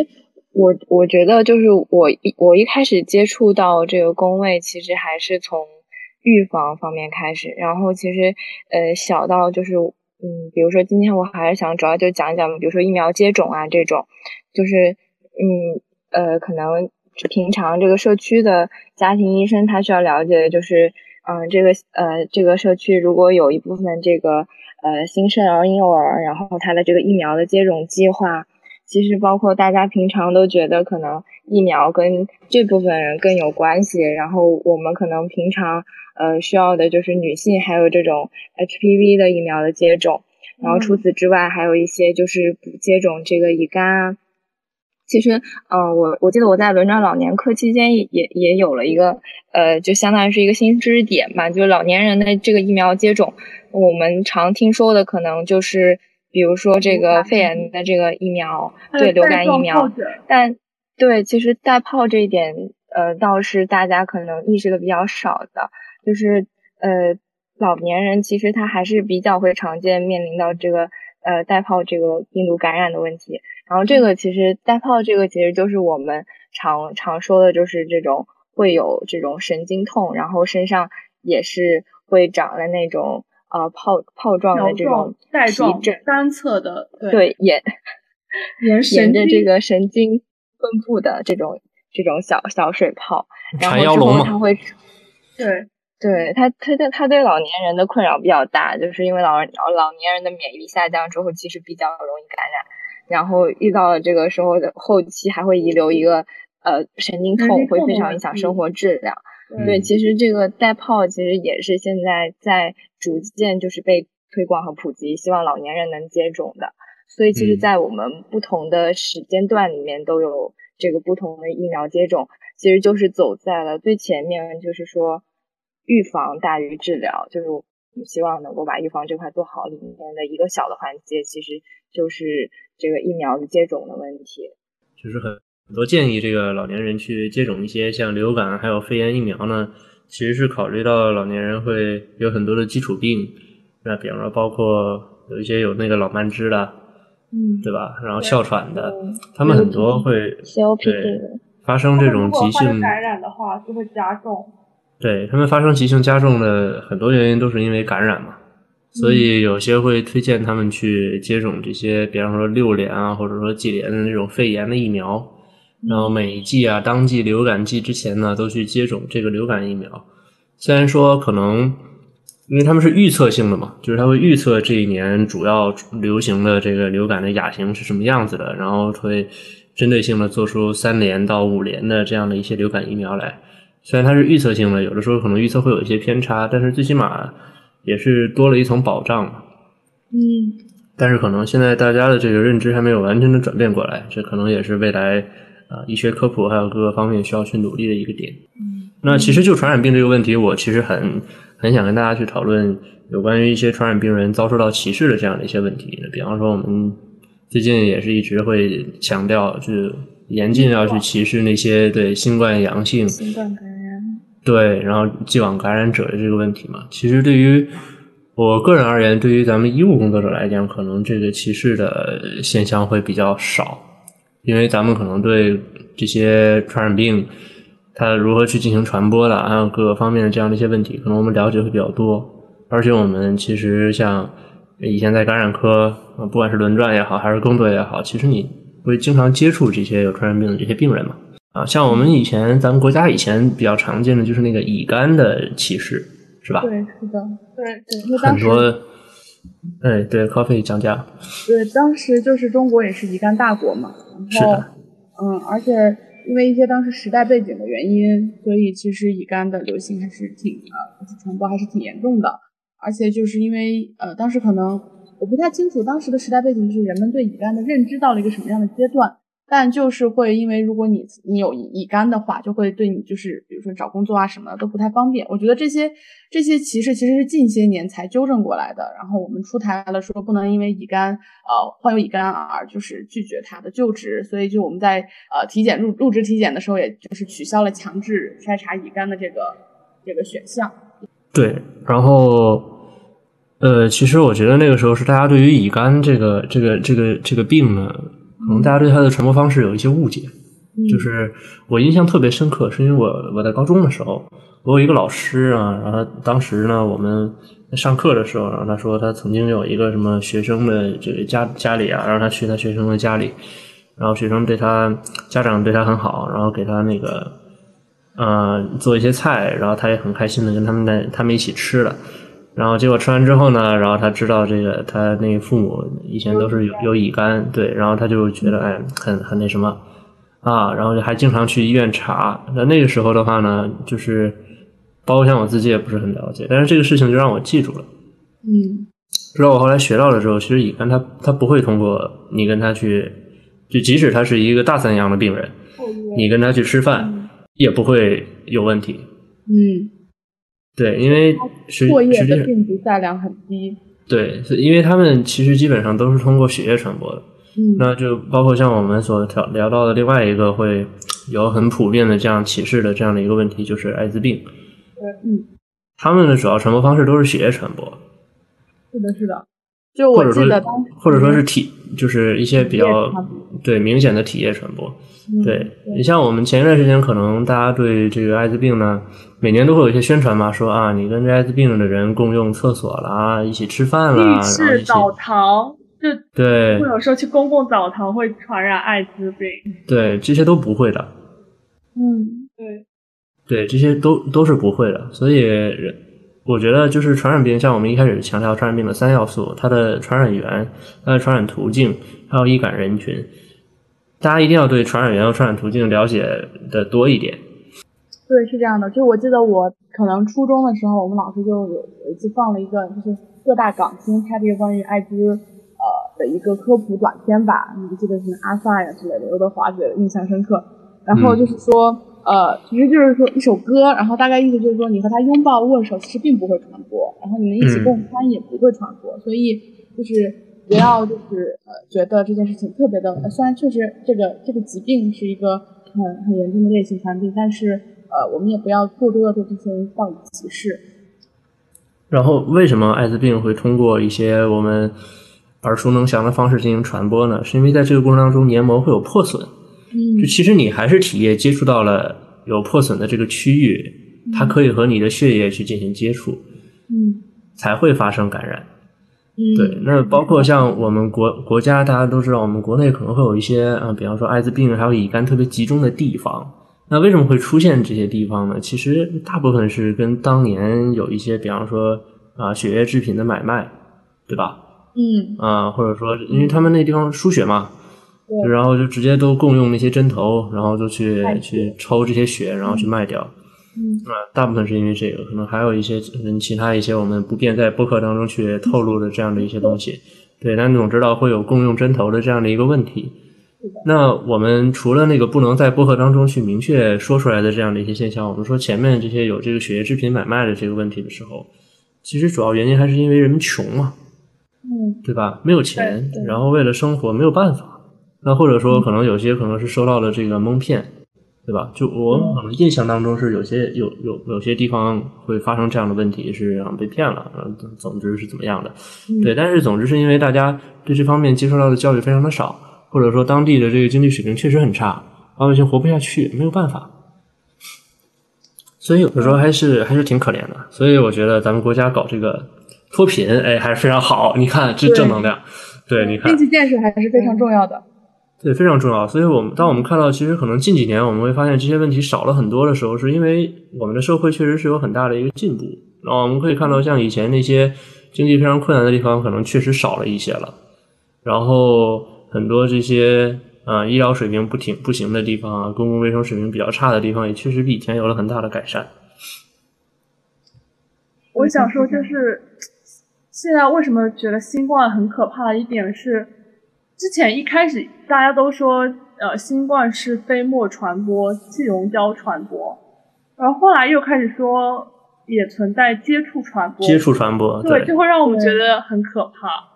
S4: 我我觉得就是我一我一开始接触到这个工位，其实还是从预防方面开始，然后其实呃小到就是嗯，比如说今天我还是想主要就讲一讲，比如说疫苗接种啊这种，就是嗯呃可能平常这个社区的家庭医生他需要了解的就是。嗯，这个呃，这个社区如果有一部分这个呃新生儿、婴幼儿，然后他的这个疫苗的接种计划，其实包括大家平常都觉得可能疫苗跟这部分人更有关系，然后我们可能平常呃需要的就是女性还有这种 HPV 的疫苗的接种，然后除此之外还有一些就是补接种这个乙肝啊。其实，呃，我我记得我在轮转老年科期间也也也有了一个，呃，就相当于是一个新知识点吧，就是老年人的这个疫苗接种，我们常听说的可能就是，比如说这个肺炎的这个疫苗，
S1: 嗯
S4: 对流感疫苗，但对，其实带泡这一点，呃，倒是大家可能意识的比较少的，就是呃，老年人其实他还是比较会常见面临到这个呃带泡这个病毒感染的问题。然后
S1: 嗯
S4: 这个其实带泡这个其实就是我们常常说的，就是这种会有这种神经痛，然后身上也是会长了那种呃泡泡状的
S1: 条
S4: 这种
S1: 状、带
S4: 皮
S1: 状
S4: 疹，、
S1: 单侧的，
S4: 对沿
S1: 沿
S4: 沿
S1: 神
S4: 着这
S1: 经
S4: 个神经分布的这种这种小小水泡，然后
S2: 缠腰
S4: 之
S2: 龙
S4: 后
S2: 嘛
S4: 它会
S1: 对
S4: 对他，他对他对老年人的困扰比较大，就是因为老人老老年人的免疫力下降之后，其实比较容易感染，然后遇到了这个时候的后期还会遗留一个呃神经
S1: 神
S4: 痛，
S1: 经
S4: 会
S1: 痛
S4: 非
S1: 的
S4: 常
S1: 问
S4: 影响
S1: 题
S4: 生活质量。对，
S2: 嗯
S4: 其实这个带泡其实也是现在在逐渐就是被推广和普及，希望老年人能接种的。所以其实，
S2: 嗯
S4: 在我们不同的时间段里面都有这个不同的疫苗接种，其实就是走在了最前面，就是说预防大于治疗，就是我们希望能够把预防这块做好里面的一个小的环节，其实就是这个疫苗的接种的问题。
S2: 就是很很多建议这个老年人去接种一些像流感还有肺炎疫苗呢，其实是考虑到老年人会有很多的基础病，那比方说包括有一些有那个老慢支的，
S1: 嗯
S2: 对吧？然后
S1: 对
S2: 哮喘的，
S4: 嗯
S2: 他们很多会
S4: COPD
S2: 对发生这种急
S1: 他们如果患
S2: 性
S1: 了感染的话，就会加重。
S2: 对他们发生急性加重的很多原因都是因为感染嘛，所以有些会推荐他们去接种这些，比方说六联啊，或者说季联的这种肺炎的疫苗，然后每一季啊，当季流感季之前呢，都去接种这个流感疫苗。虽然说可能，因为他们是预测性的嘛，就是他会预测这一年主要流行的这个流感的亚型是什么样子的，然后会针对性的做出三联到五联的这样的一些流感疫苗来。虽然它是预测性的，有的时候可能预测会有一些偏差，但是最起码也是多了一层保障嘛。
S1: 嗯，
S2: 但是可能现在大家的这个认知还没有完全的转变过来，这可能也是未来啊、医学科普还有各个方面需要去努力的一个点。那其实就传染病这个问题，我其实很很想跟大家去讨论有关于一些传染病人遭受到歧视的这样的一些问题。比方说，我们最近也是一直会强调，去严禁要去歧视那些对新冠阳性、
S5: 新冠感染，
S2: 对，然后既往感染者的这个问题嘛，其实对于我个人而言，对于咱们医务工作者来讲，可能这个歧视的现象会比较少，因为咱们可能对这些传染病它如何去进行传播的，还有各个方面的这样的一些问题，可能我们了解会比较多。而且我们其实像以前在感染科，呃不管是轮转也好，还是更多也好，其实你会经常接触这些有传染病的这些病人嘛。啊，像我们以前咱们国家以前比较常见的就是那个乙肝的歧视，是吧？
S5: 对，是的，
S1: 对对，因为当
S2: 很
S1: 时
S2: 多，哎，对，coffee 讲价，
S5: 对，当时就是中国也是乙肝大国嘛，
S2: 是
S5: 然后
S2: 的，
S5: 嗯，而且因为一些当时时代背景的原因，所以其实乙肝的流行还是挺呃，就是传播还是挺严重的。而且就是因为呃，当时可能我不太清楚当时的时代背景，就是人们对乙肝的认知到了一个什么样的阶段。但就是会因为如果你你有乙乙肝的话，就会对你就是比如说找工作啊什么的都不太方便。我觉得这些这些歧视其实是近些年才纠正过来的。然后我们出台了说不能因为乙肝呃患有乙肝而就是拒绝他的就职，所以就我们在呃体检入入职体检的时候，也就是取消了强制筛查乙肝的这个这个选项。
S2: 对，然后，呃，其实我觉得那个时候是大家对于乙肝这个这个这个这个病呢，可能大家对它的传播方式有一些误解。
S5: 嗯
S2: 就是我印象特别深刻，是因为我我在高中的时候，我有一个老师啊，然后他当时呢我们上课的时候，然后他说他曾经有一个什么学生的这个家家里啊，让他去他学生的家里，然后学生对他家长对他很好，然后给他那个呃做一些菜，然后他也很开心的跟他们在他们一起吃了。然后结果吃完之后呢，然后他知道这个他那个父母以前都是有有乙肝，对，然后他就觉得哎很很那什么啊，然后就还经常去医院查。那那个时候的话呢，就是包括像我自己也不是很了解，但是这个事情就让我记住了。
S5: 嗯，
S2: 直到我后来学到了之后，其实乙肝它它不会通过你跟他去，就即使他是一个大三阳的病人，你跟他去吃饭也不会有问题。
S5: 嗯，
S2: 对，因为实
S5: 唾
S2: 实
S5: 液
S2: 际上
S5: 的病毒载量很低。
S2: 对，是因为他们其实基本上都是通过血液传播的。
S5: 嗯，
S2: 那就包括像我们所聊聊到的另外一个会有很普遍的这样歧视的这样的一个问题，就是艾滋病。
S5: 嗯，
S2: 他们的主要传播方式都是血液传播，
S5: 是的，是的。就
S2: 或
S5: 我
S2: 者
S5: 记
S2: 说
S5: 得当时
S2: 或者说是体就是一些比
S5: 体液
S2: 较
S5: 传
S2: 对明显的体液传播。
S5: 嗯
S2: 对你像我们前一段时间，可能大家对这个艾滋病呢，每年都会有一些宣传嘛，说啊，你跟这艾滋病的人共用厕所啦，一起吃饭啦，
S1: 浴
S2: 然后一
S1: 室
S2: 起
S1: 澡堂，就
S2: 对
S1: 会有时候去公共澡堂会传染艾滋病。
S2: 对，这些都不会的。
S5: 嗯，
S1: 对，
S2: 对，这些都都是不会的。所以人，我觉得就是传染病，像我们一开始强调传染病的三要素，它的传染源、它的传染途径，还有易感人群。大家一定要对传染源和传染途径了解的多一点。
S5: 对，是这样的。就是我记得我可能初中的时候，我们老师就有有一次放了一个，就是各大港星拍的一个关于艾滋呃的一个科普短片吧，你记得什么阿萨呀之类的，刘德华之类的，印象深刻。然后就是说，呃，其实就是说一首歌，然后大概意思就是说，你和他拥抱握手其实并不会传播，然后你们一起
S2: 嗯
S5: 共餐也不会传播，所以就是不要就是呃觉得这件事情特别的，呃虽然确实这个这个疾病是一个很很严重的类型传染病，但是呃我们也不要过多的对这些人抱以歧视。
S2: 然后，为什么艾滋病会通过一些我们耳熟能详的方式进行传播呢？是因为在这个过程当中，黏膜会有破损，
S5: 嗯
S2: 就其实你还是体液接触到了有破损的这个区域，它可以和你的血液去进行接触，
S5: 嗯
S2: 才会发生感染。
S5: 嗯，
S2: 对，那包括像我们国国家，大家都知道，我们国内可能会有一些啊、呃比方说艾滋病还有乙肝特别集中的地方。那为什么会出现这些地方呢？其实大部分是跟当年有一些，比方说啊、血液制品的买卖，对吧？
S5: 嗯
S2: 啊、或者说因为他们那地方输血嘛，
S5: 对
S2: 然后就直接都共用那些针头，然后就去
S5: 卖血
S2: 去抽这些血，然后去卖掉。
S5: 嗯
S2: 啊、大部分是因为这个，可能还有一些嗯其他一些我们不便在播客当中去透露的这样的一些东西。对，但总知道会有共用针头的这样的一个问题。那我们除了那个不能在播客当中去明确说出来的这样的一些现象，我们说前面这些有这个血液制品买卖的这个问题的时候，其实主要原因还是因为人们穷嘛，
S5: 嗯
S2: 对吧？没有钱
S5: 对，对嗯
S2: 然后为了生活没有办法，那或者说可能有些可能是受到了这个蒙骗，对吧？就我
S5: 嗯
S2: 可能印象当中是有些有有有些地方会发生这样的问题，是啊被骗了，然后总总之是怎么样的？
S5: 嗯
S2: 对，但是总之是因为大家对这方面接受到的教育非常的少，或者说当地的这个经济水平确实很差，老百姓活不下去，没有办法。所以有的时候还是还是挺可怜的，所以我觉得咱们国家搞这个脱贫，哎，还是非常好。你看这
S5: 对
S2: 正能量，对，你看
S5: 经济建设还是非常重要的。
S2: 对，非常重要。所以，我们当我们看到，其实可能近几年我们会发现这些问题少了很多的时候，是因为我们的社会确实是有很大的一个进步。然后我们可以看到，像以前那些经济非常困难的地方，可能确实少了一些了。然后很多这些呃医疗水平不挺不行的地方啊，公共卫生水平比较差的地方，也确实比以前有了很大的改善。
S1: 我想说 就是，现在为什么觉得新冠很可怕的一点是，之前一开始大家都说，呃，新冠是飞沫传播、气溶胶传播，然后后来又开始说也存在接触传播，
S2: 接触传播，
S1: 对，就会让我们
S5: 对
S1: 觉得很可怕。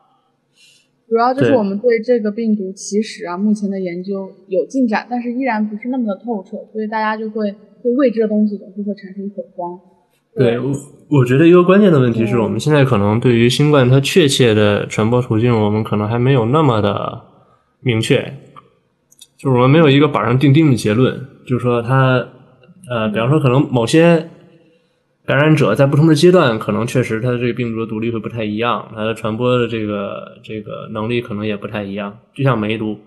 S5: 主要就是
S2: 对
S5: 我们对这个病毒其实啊，目前的研究有进展，但是依然不是那么的透彻，所以大家就会对未知的东西总是会产生恐慌。
S2: 对，我我觉得一个关键的问题是我们现在可能对于新冠它确切的传播途径，我们可能还没有那么的明确，就是我们没有一个板上钉钉的结论，就是说它，呃，比方说可能某些感染者在不同的阶段，可能确实它的这个病毒的毒力会不太一样，它的传播的这个这个能力可能也不太一样，就像梅毒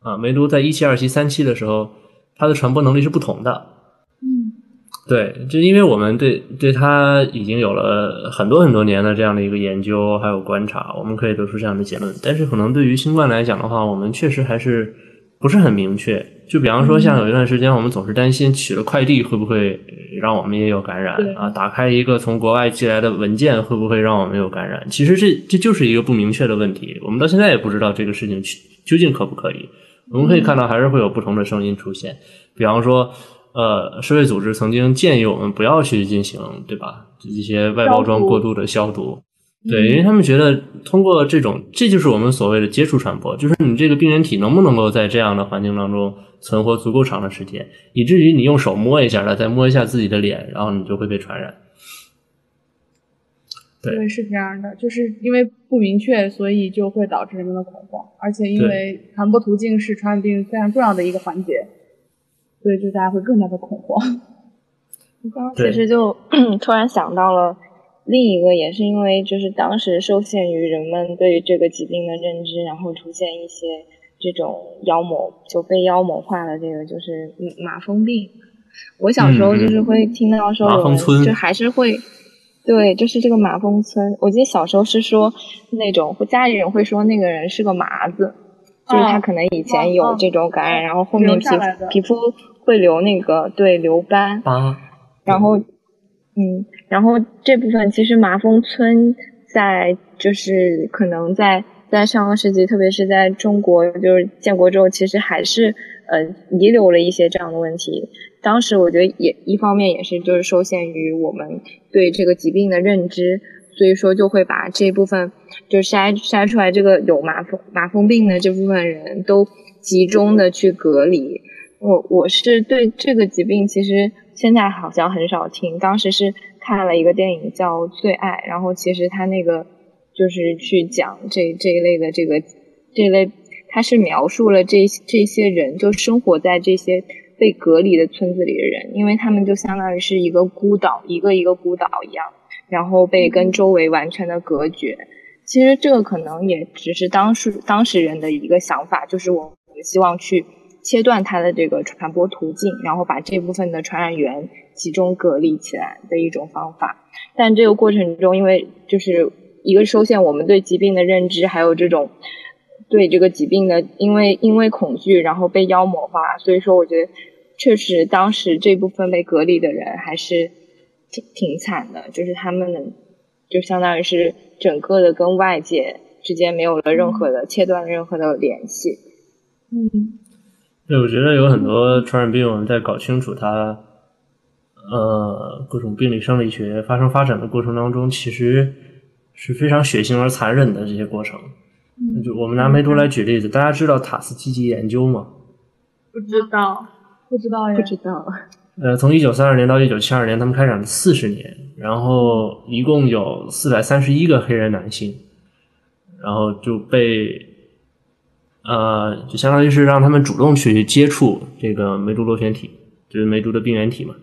S2: 啊，梅毒在一期、二期、三期的时候，它的传播能力是不同的。
S5: 嗯
S2: 对，就因为我们对对它已经有了很多很多年的这样的一个研究还有观察，我们可以得出这样的结论。但是可能对于新冠来讲的话，我们确实还是不是很明确。就比方说，像有一段时间，我们总是担心取了快递会不会呃让我们也有感染
S5: 对
S2: 啊？打开一个从国外寄来的文件会不会让我们有感染？其实这这就是一个不明确的问题，我们到现在也不知道这个事情去究竟可不可以。我们可以看到，还是会有不同的声音出现。比方说，呃，世卫组织曾经建议我们不要去进行，对吧？一些外包装
S1: 消毒
S2: 过度的消毒，嗯对，因为他们觉得通过这种，这就是我们所谓的接触传播，就是你这个病原体能不能够在这样的环境当中存活足够长的时间，以至于你用手摸一下它，再摸一下自己的脸，然后你就会被传染。对
S5: 对，是这样的，就是因为不明确，所以就会导致人们的恐慌，而且因
S2: 对
S5: 为传播途径是传染病非常重要的一个环节，所以就大家会更加的恐慌。
S4: 我刚刚
S2: 对
S4: 其实就 突然想到了另一个，也是因为就是当时受限于人们对于这个疾病的认知，然后出现一些这种妖魔就被妖魔化的这个就是嗯马蜂病。我小时候
S2: 嗯嗯
S4: 就是会听到说
S2: 马
S4: 有
S2: 蜂
S4: 人
S2: 村
S4: 就还是会。对，就是这个马蜂村。我记得小时候是说那种，会家里人会说那个人是个麻子，就是他
S5: 哦
S4: 可能以
S5: 哦
S4: 前有
S5: 哦
S4: 这种感染，然后后
S5: 留
S4: 面皮
S5: 下来的
S4: 肤皮肤会留那个对留斑，
S2: 八
S4: 然后，嗯，然后这部分其实麻风村在就是可能在在上个世纪，特别是在中国就是建国之后，其实还是呃遗留了一些这样的问题。当时我觉得也一方面也是就是受限于我们对这个疾病的认知，所以说就会把这部分就是筛筛出来这个有麻风麻风病的这部分人都集中的去隔离。我我是对这个疾病，其实现在好像很少听。当时是看了一个电影叫《最爱》，然后其实它那个就是去讲这这一类的这个这一类，它是描述了这这些人就生活在这些被隔离的村子里的人，因为他们就相当于是一个孤岛，一个一个孤岛一样，然后被跟周围完全的隔绝。其实这个可能也只是当时当事人的一个想法，就是我们希望去切断它的这个传播途径，然后把这部分的传染源集中隔离起来的一种方法。但这个过程中，因为就是一个收限我们对疾病的认知，还有这种对这个疾病的因为因为恐惧，然后被妖魔化，所以说我觉得确实当时这部分被隔离的人还是挺挺惨的，就是他们能就相当于是整个的跟外界之间没有了任何的切断了任何的联系。
S5: 嗯，
S2: 对，我觉得有很多传染病，我们在搞清楚它，呃，各种病理生理学发生发展的过程当中，其实是非常血腥而残忍的这些过程。就我们拿梅毒来举例子，大家知道塔斯积极研究吗？
S1: 不知道，
S5: 不知道呀
S4: 不，知 道，
S2: 呃，从一九三二年到一九七二年，他们开展了四十年，然后一共有四百三十一个黑人男性，然后就被，呃，就相当于是让他们主动去接触这个梅毒螺旋体，就是梅毒的病原体嘛，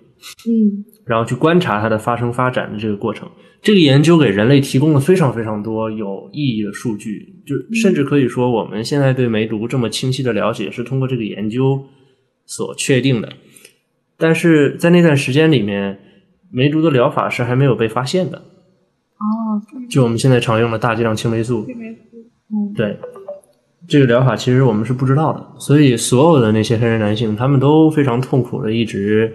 S5: 嗯，
S2: 然后去观察它的发生发展的这个过程。这个研究给人类提供了非常非常多有意义的数据，就甚至可以说，我们现在对梅毒这么清晰的了解是通过这个研究所确定的。但是在那段时间里面，梅毒的疗法是还没有被发现的，
S5: 哦，
S2: 就我们现在常用的大剂量青霉素。
S5: 嗯
S2: 对，这个疗法其实我们是不知道的，所以所有的那些黑人男性，他们都非常痛苦的，一直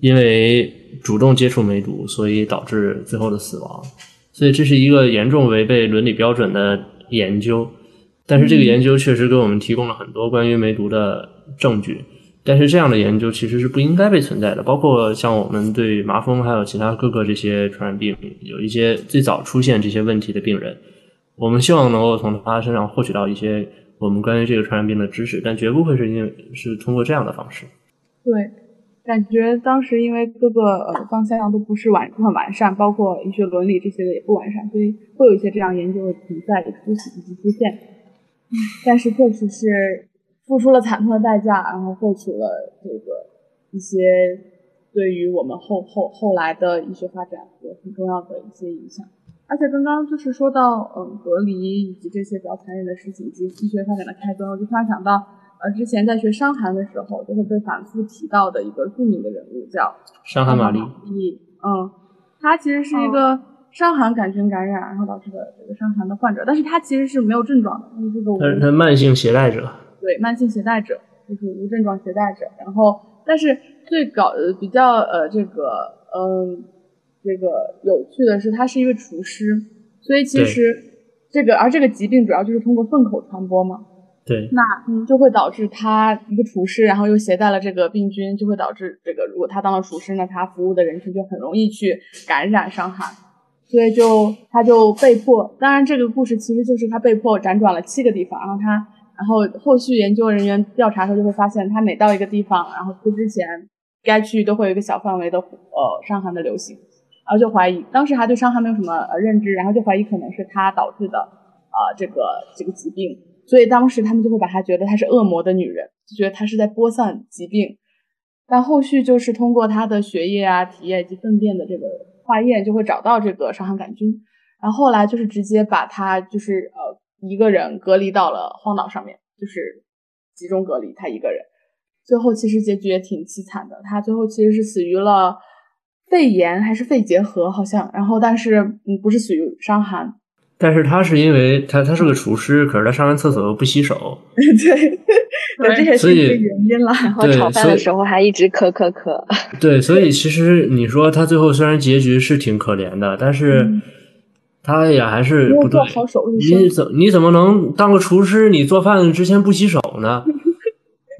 S2: 因为主动接触梅毒，所以导致最后的死亡。所以这是一个严重违背伦理标准的研究，但是这个研究确实给我们提供了很多关于梅毒的证据。但是这样的研究其实是不应该被存在的，包括像我们对麻风还有其他各个这些传染病，有一些最早出现这些问题的病人，我们希望能够从他身上获取到一些我们关于这个传染病的知识，但绝不会是因为是通过这样的方式。
S5: 对，感觉当时因为各个呃方向都不是完很完善，包括医学伦理这些的也不完善，所以会有一些这样研究的存在、出现以及出现。但是确实是付出了惨痛的代价，然后获取了这个一些对于我们后后后来的医学发展有很重要的一些影响。而且刚刚就是说到嗯隔离以及这些比较残忍的事情，以及医学发展的开端，我就突然想到，呃，之前在学伤寒的时候，就会被反复提到的一个著名的人物叫
S2: 伤寒玛丽，
S5: 丽，嗯，他其实是一个伤寒杆菌感染，然后导致的这个伤寒的患者，但是他其实是没有症状的，他是这个无
S2: 但是他慢性携带者，
S5: 对慢性携带者，就是无症状携带者。然后，但是最搞呃比较呃这个嗯、这个有趣的是，他是一个厨师，所以其
S2: 对
S5: 实这个而这个疾病主要就是通过粪口传播嘛，
S2: 对
S5: 那就会导致他一个厨师，然后又携带了这个病菌，就会导致这个如果他当了厨师呢，他服务的人群就很容易去感染伤寒。所以就他就被迫，当然这个故事其实就是他被迫辗转了七个地方，然后他，然后后续研究人员调查的时候就会发现，他每到一个地方，然后去之前该区域都会有一个小范围的呃伤寒的流行，然后就怀疑，当时还对伤寒没有什么呃认知，然后就怀疑可能是他导致的啊、呃这个这个疾病，所以当时他们就会把她觉得她是恶魔的女人，就觉得她是在播散疾病。但后续就是通过她的血液啊、体液以及粪便的这个化验，就会找到这个伤寒杆菌。然后后来就是直接把她就是呃一个人隔离到了荒岛上面，就是集中隔离她一个人。最后其实结局也挺凄惨的，她最后其实是死于了肺炎还是肺结核，好像。然后但是嗯不是死于伤寒，
S2: 但是他是因为他他是个厨师，可是他上完厕所又不洗手，
S5: 对，对，这也
S2: 所
S5: 是一个
S2: 以
S5: 原因啦。
S4: 然后
S2: 对
S4: 炒饭
S2: 所以
S4: 的时候还一直咳咳 咳，
S2: 对，所以其实你说他最后虽然结局是挺可怜的，但是
S5: 嗯
S2: 他也还是
S5: 没有
S2: 不对
S5: 做好手卫。生
S2: 你怎你怎么能当个厨师，你做饭之前不洗手 呢？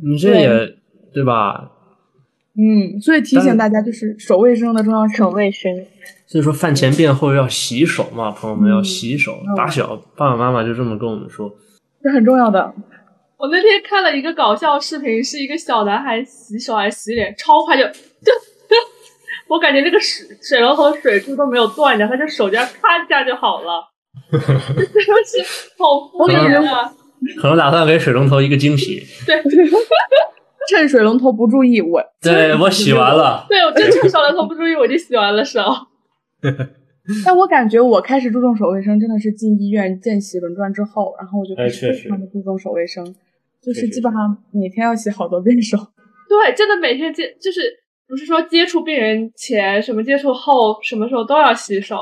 S2: 你这
S5: 啊
S2: 也对吧？
S5: 嗯，所以提
S2: 但
S5: 醒大家，就是手卫生的重要性。
S4: 手卫生。
S2: 所以说饭前便后要洗手嘛，朋友们
S5: 嗯
S2: 要洗手。打小爸爸妈妈就这么跟我们说。
S5: 是很重要的。
S1: 我那天看了一个搞笑视频，是一个小男孩洗手还是洗脸，超快就， 就我感觉那个水水龙头水柱都没有断掉，他就手这样咔一下就好了。 这就是好敷衍啊！
S2: 可能打算给水龙头一个惊喜。
S5: 趁水龙头不注意，我
S2: 对我洗完。了，
S1: 对，我真趁小男头不注意，我就洗完了手。
S5: 但我感觉我开始注重手卫生，真的是进医院见习轮转之后，然后我就
S2: 哎
S5: 开始
S2: 确实
S5: 非常的注重手卫生，就
S2: 确
S5: 是
S2: 实
S5: 基本上每天要洗好多遍手。
S1: 对，真的每天接就是不是说接触病人前、什么接触后、什么时候都要洗手。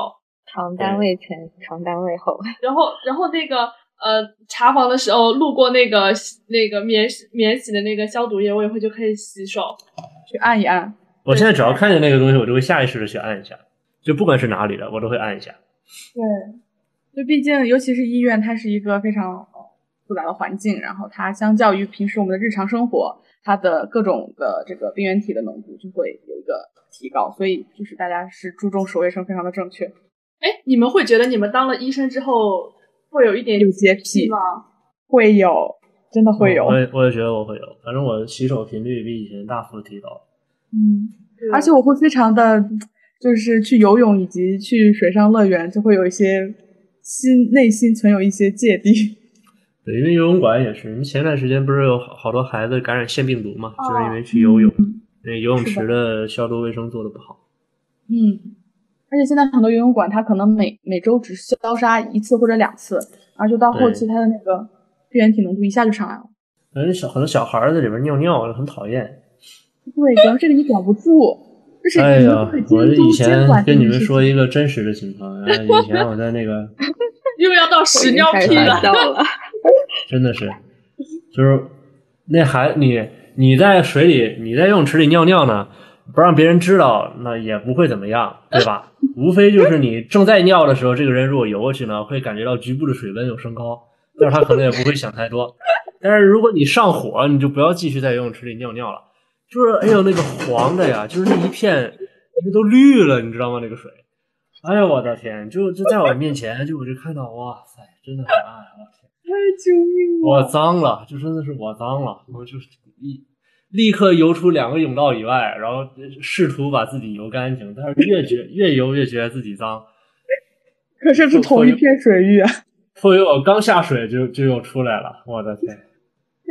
S4: 床单位前，床单位后，
S1: 然后，然后那个呃，查房的时候路过那个那个免洗免洗的那个消毒液，我也会就可以洗手。
S5: 去按一按，
S2: 我现在只要看见那个东西，我就会下意识的去按一下，就不管是哪里的，我都会按一下。
S5: 对，就毕竟尤其是医院，它是一个非常呃复杂的环境，然后它相较于平时我们的日常生活，它的各种的这个病原体的浓度就会有一个提高，所以就是大家是注重手卫生非常的正确。
S1: 哎，你们会觉得你们当了医生之后会有一点
S5: 有洁癖
S1: 吗？
S5: 会有，真的会有。
S2: 我也我也觉得我会有，反正我洗手频率比以前大幅提高。
S5: 嗯，
S1: 对
S5: 而且我会非常的，就是去游泳以及去水上乐园，就会有一些心内心存有一些芥蒂。
S2: 对，因为游泳馆也是，前段时间不是有好好多孩子感染腺病毒嘛，
S1: 哦
S2: 就是因为去游泳，那游泳
S5: 嗯是的
S2: 池的消毒卫生做的不好。
S5: 嗯，而且现在很多游泳馆它可能每每周只消杀一次或者两次，然后就到后期它的那个病原体浓度一下就上来了。
S2: 反正小很多小孩儿在里边尿尿很讨厌。
S5: 对，主要这个你管不住。就是
S2: 哎
S5: 你
S2: 呀
S5: 不会，
S2: 我
S5: 监督
S2: 以
S5: 监
S2: 前
S5: 管这
S2: 跟你
S5: 件
S2: 们
S5: 事
S2: 说
S5: 情哎
S2: 一个真实的情况，然后以前我在那个
S1: 又要到屎尿屁
S4: 我已经
S1: 了
S4: 开始烦，躁了。
S2: 真的是，就是那还你你在水里，你在游泳池里尿尿呢，不让别人知道，那也不会怎么样，对吧？无非就是你正在尿的时候，这个人如果游过去呢，会感觉到局部的水温有升高，但是他可能也不会想太多。但是如果你上火，你就不要继续在游泳池里尿尿了，就是哎呦那个黄的呀，就是那一片，那都绿了，你知道吗？那个水。哎呦我的天！就就在我面前，就我就看到，哇塞，真的很暗，我天！
S5: 哎，救命
S2: 我
S5: 啊！
S2: 脏了，就真的是我脏了，我就是一立刻游出两个泳道以外，然后试图把自己游干净，但是越觉越游越觉得自己脏。
S5: 可是是同一片水域啊，
S2: 所以我刚下水就就又出来了，我的天，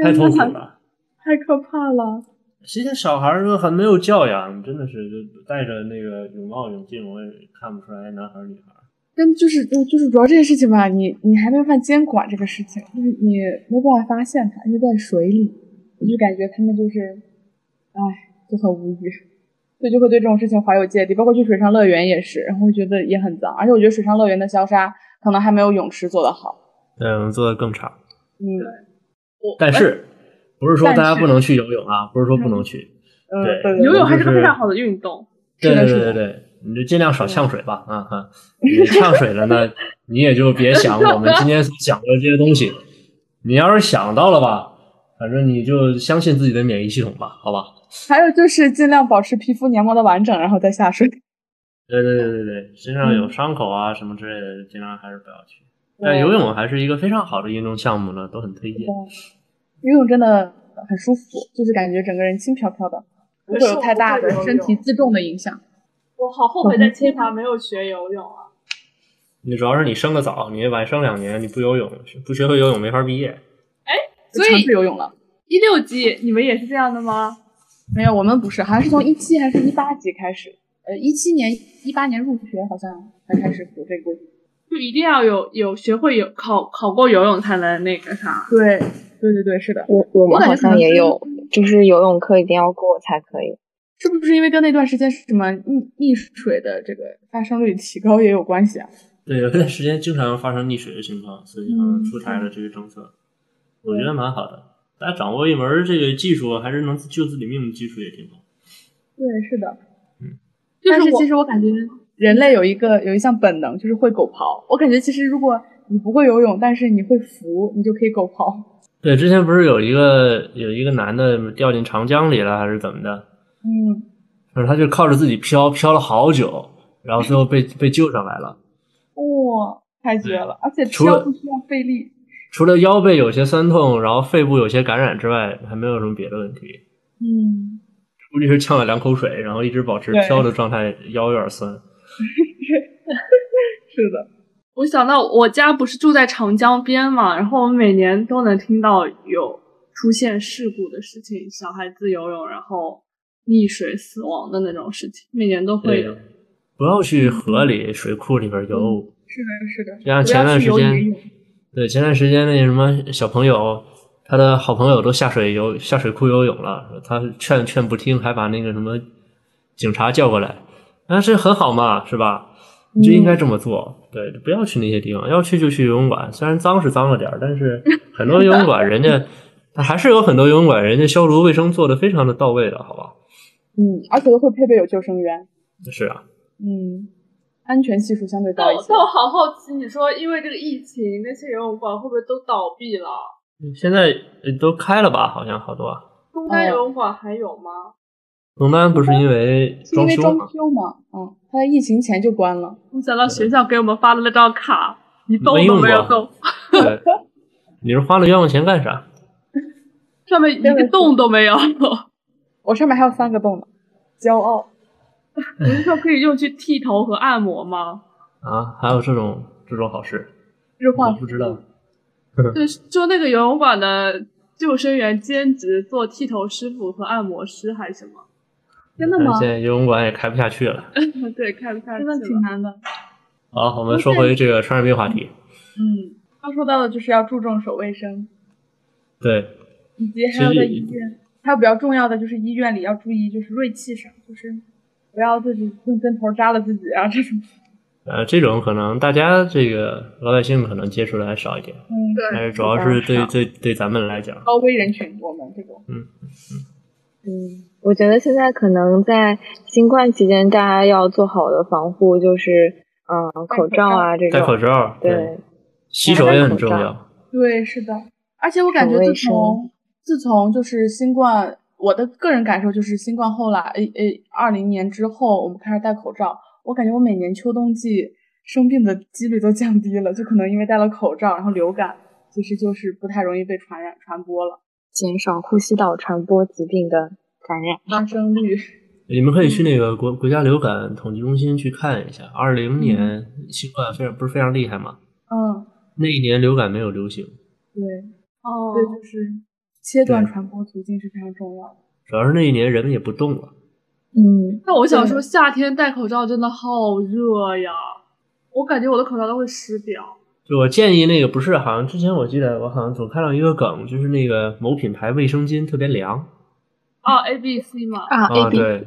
S2: 太
S5: 天
S2: 痛苦
S5: 哪
S2: 了。
S5: 太可怕了。
S2: 现在小孩儿都很没有教养，真的是就戴着那个泳帽泳镜，我也看不出来男孩儿女孩儿。
S5: 但就是就就是主要这件事情吧，你你还没办法监管这个事情，就是你没办法发现它，因为在水里，我就感觉他们就是，唉，就很无语，所以就会对这种事情怀有芥蒂。包括去水上乐园也是，然后会觉得也很脏，而且我觉得水上乐园的消杀可能还没有泳池做得好。
S2: 对，我们做的更差。
S5: 嗯，
S1: 我
S2: 但是不是说
S5: 哎但
S2: 大家
S5: 是
S2: 不能去游泳啊？不是说不能去，
S5: 嗯
S2: 对
S5: 对，
S1: 游泳还是个
S2: 就是
S1: 非常好的运动。
S2: 对
S5: 是的
S2: 对
S5: 是
S2: 对
S5: 的
S2: 对，你就尽量少呛水吧，啊哈！你呛水了呢，你也就别想我们今天所讲的这些东西。你要是想到了吧，反正你就相信自己的免疫系统吧，好吧？
S5: 还有就是尽量保持皮肤黏膜的完整，然后再下水。
S2: 对对对对对，身上有
S5: 嗯
S2: 伤口啊什么之类的，尽量还是不要去。
S5: 对
S2: 但游泳还是一个非常好的运动项目呢，都很推荐。
S5: 游泳真的很舒服，就是感觉整个人轻飘飘的，不会有太大的身体自重的影响。
S1: 我好后悔在清华没有学游泳啊！
S2: 你主要是你生的早，你晚生两年，你不游泳，不学会游泳没法毕业。
S1: 所
S5: 尝
S1: 以
S5: 试游泳了。
S1: 一六级你们也是这样的吗？
S5: 没有，我们不是，好像是从一七还是一八级开始，呃，一七年、一八年入学好像才开始有这个规定。
S1: 就一定要有有学会游考考过游泳才能那个啥？
S5: 对，对对对，是的。
S4: 我我
S5: 我
S4: 们
S5: 感觉
S4: 好
S5: 可
S4: 像
S5: 能
S4: 也
S5: 是
S4: 有，就是游泳课一定要过才可以。
S5: 是不是因为跟那段时间是什么溺溺水的这个发生率提高也有关系啊？
S2: 对，有一段时间经常发生溺水的情况，所以好像出台了这个政策，我觉得蛮好的。大家掌握一门这个技术，还是能救自己命的技术也挺好。
S5: 对，是的。
S1: 就
S5: 但
S1: 是
S5: 是
S1: 我
S5: 其实我感觉人类有一个有一项本能，就是会狗刨。我感觉其实如果你不会游泳，但是你会浮，你就可以狗刨。
S2: 对，之前不是有一个有一个男的掉进长江里了，还是怎么的？
S5: 嗯，
S2: 然后他就靠着自己漂，漂了好久，然后最后被被救上来了。
S5: 哇、太绝了！而且
S2: 除了
S5: 漂不需要费力。
S2: 除了腰背有些酸痛，然后肺部有些感染之外，还没有什么别的问题。
S5: 嗯，
S2: 估计是呛了两口水，然后一直保持
S5: 对
S2: 飘的状态，腰有点酸。
S5: 是的。
S1: 我想到我家不是住在长江边嘛，然后我每年都能听到有出现事故的事情，小孩子游泳然后溺水死亡的那种事情，每年都会有
S2: 对。，不要去河里、水库里边游。
S5: 是的，是的，
S2: 就像前段时间，对前段时间那什么小朋友，他的好朋友都下水游下水库游泳了，他劝劝不听，还把那个什么警察叫过来。啊，这很好嘛，是吧？你就应该这么
S5: 嗯
S2: 做。对，不要去那些地方，要去就去游泳馆。虽然脏是脏了点儿，但是很多游泳馆人家还是有很多游泳馆人家消毒卫生做的非常的到位的，好吧？
S5: 嗯，而且都会配备有救生员，
S2: 是啊，
S5: 嗯，安全系数相对
S1: 但
S5: 高一
S1: 我
S5: 些
S1: 但。我好好奇，你说因为这个疫情，那些游泳馆会不会都倒闭了？
S2: 现在呃都开了吧？好像好多啊。
S1: 东单游泳馆还有吗？
S2: 龙丹不是因为
S5: 是
S2: 装
S5: 因为
S2: 修
S5: 装
S2: 吗？
S5: 修嘛，嗯，它在疫情前就关了。
S1: 我想到学校给我们发的那张卡，一动
S2: 没
S1: 都
S2: 用
S1: 没有
S2: 过
S1: 动，
S2: 对，你是花了冤枉钱干啥？
S1: 上面一
S5: 真的
S1: 个
S5: 是
S1: 洞都 没有。
S5: 我上面还有三个洞呢，骄傲。
S1: 不是说可以用去剃头和按摩吗？
S2: 啊，还有这种这种好事，
S5: 日
S2: 我
S5: 化
S2: 不知道。
S1: 对，就那个游泳馆的救生员兼职做剃头师傅和按摩师还是什么？
S5: 真的
S2: 但
S5: 吗
S2: 是？现在游泳馆也开不下去了。
S1: 对，看不看
S5: 真的挺难的。
S2: 好，我们说回这个传染病话题。
S5: 嗯，刚说到的就是要注重手卫生，
S2: 对，
S5: 以及
S2: 其
S5: 还有
S2: 实
S5: 在
S2: 也
S5: 医院，还有比较重要的就是医院里要注意就是锐气上，就是不要自己用针头扎了自己啊这种。
S2: 呃，这种可能大家这个老百姓可能接触的还少一点，
S5: 嗯，
S1: 对
S2: 但是主要是对对对咱们来讲，
S5: 高危人群我们这种。
S4: 嗯，我觉得现在可能在新冠期间，大家要做好的防护就是，嗯、口罩啊这
S2: 戴口
S4: 种，
S2: 罩，
S4: 对，，
S2: 洗手也很重要。
S5: 对，是的，而且我感觉
S4: 手卫
S5: 自从自从就是新冠，我的个人感受就是新冠后啦，诶诶，二零年之后我们开始戴口罩，我感觉我每年秋冬季生病的几率都降低了，就可能因为戴了口罩，然后流感其实就是不太容易被传染传播了，
S4: 减少呼吸道传播疾病的感染。
S5: 发生率。
S2: 你们可以去那个国国家流感统计中心去看一下，二零年新冠非常不是非常厉害嘛，
S5: 嗯，
S2: 那一年流感没有流行，
S5: 对，
S1: 哦
S5: 对，就是切断
S2: 对
S5: 传播途径是非常重要的。
S2: 主要是那一年人们也不动了。
S4: 嗯，
S1: 那我想说，
S5: 对
S1: 夏天戴口罩真的好热呀，我感觉我的口罩都会湿掉。
S2: 就我建议那个不是，好像之前我记得我好像总看到一个梗，就是那个某品牌卫生巾特别凉
S1: 啊，A B C 嘛，
S4: 啊
S2: 啊，
S4: ，A B，、
S2: 对，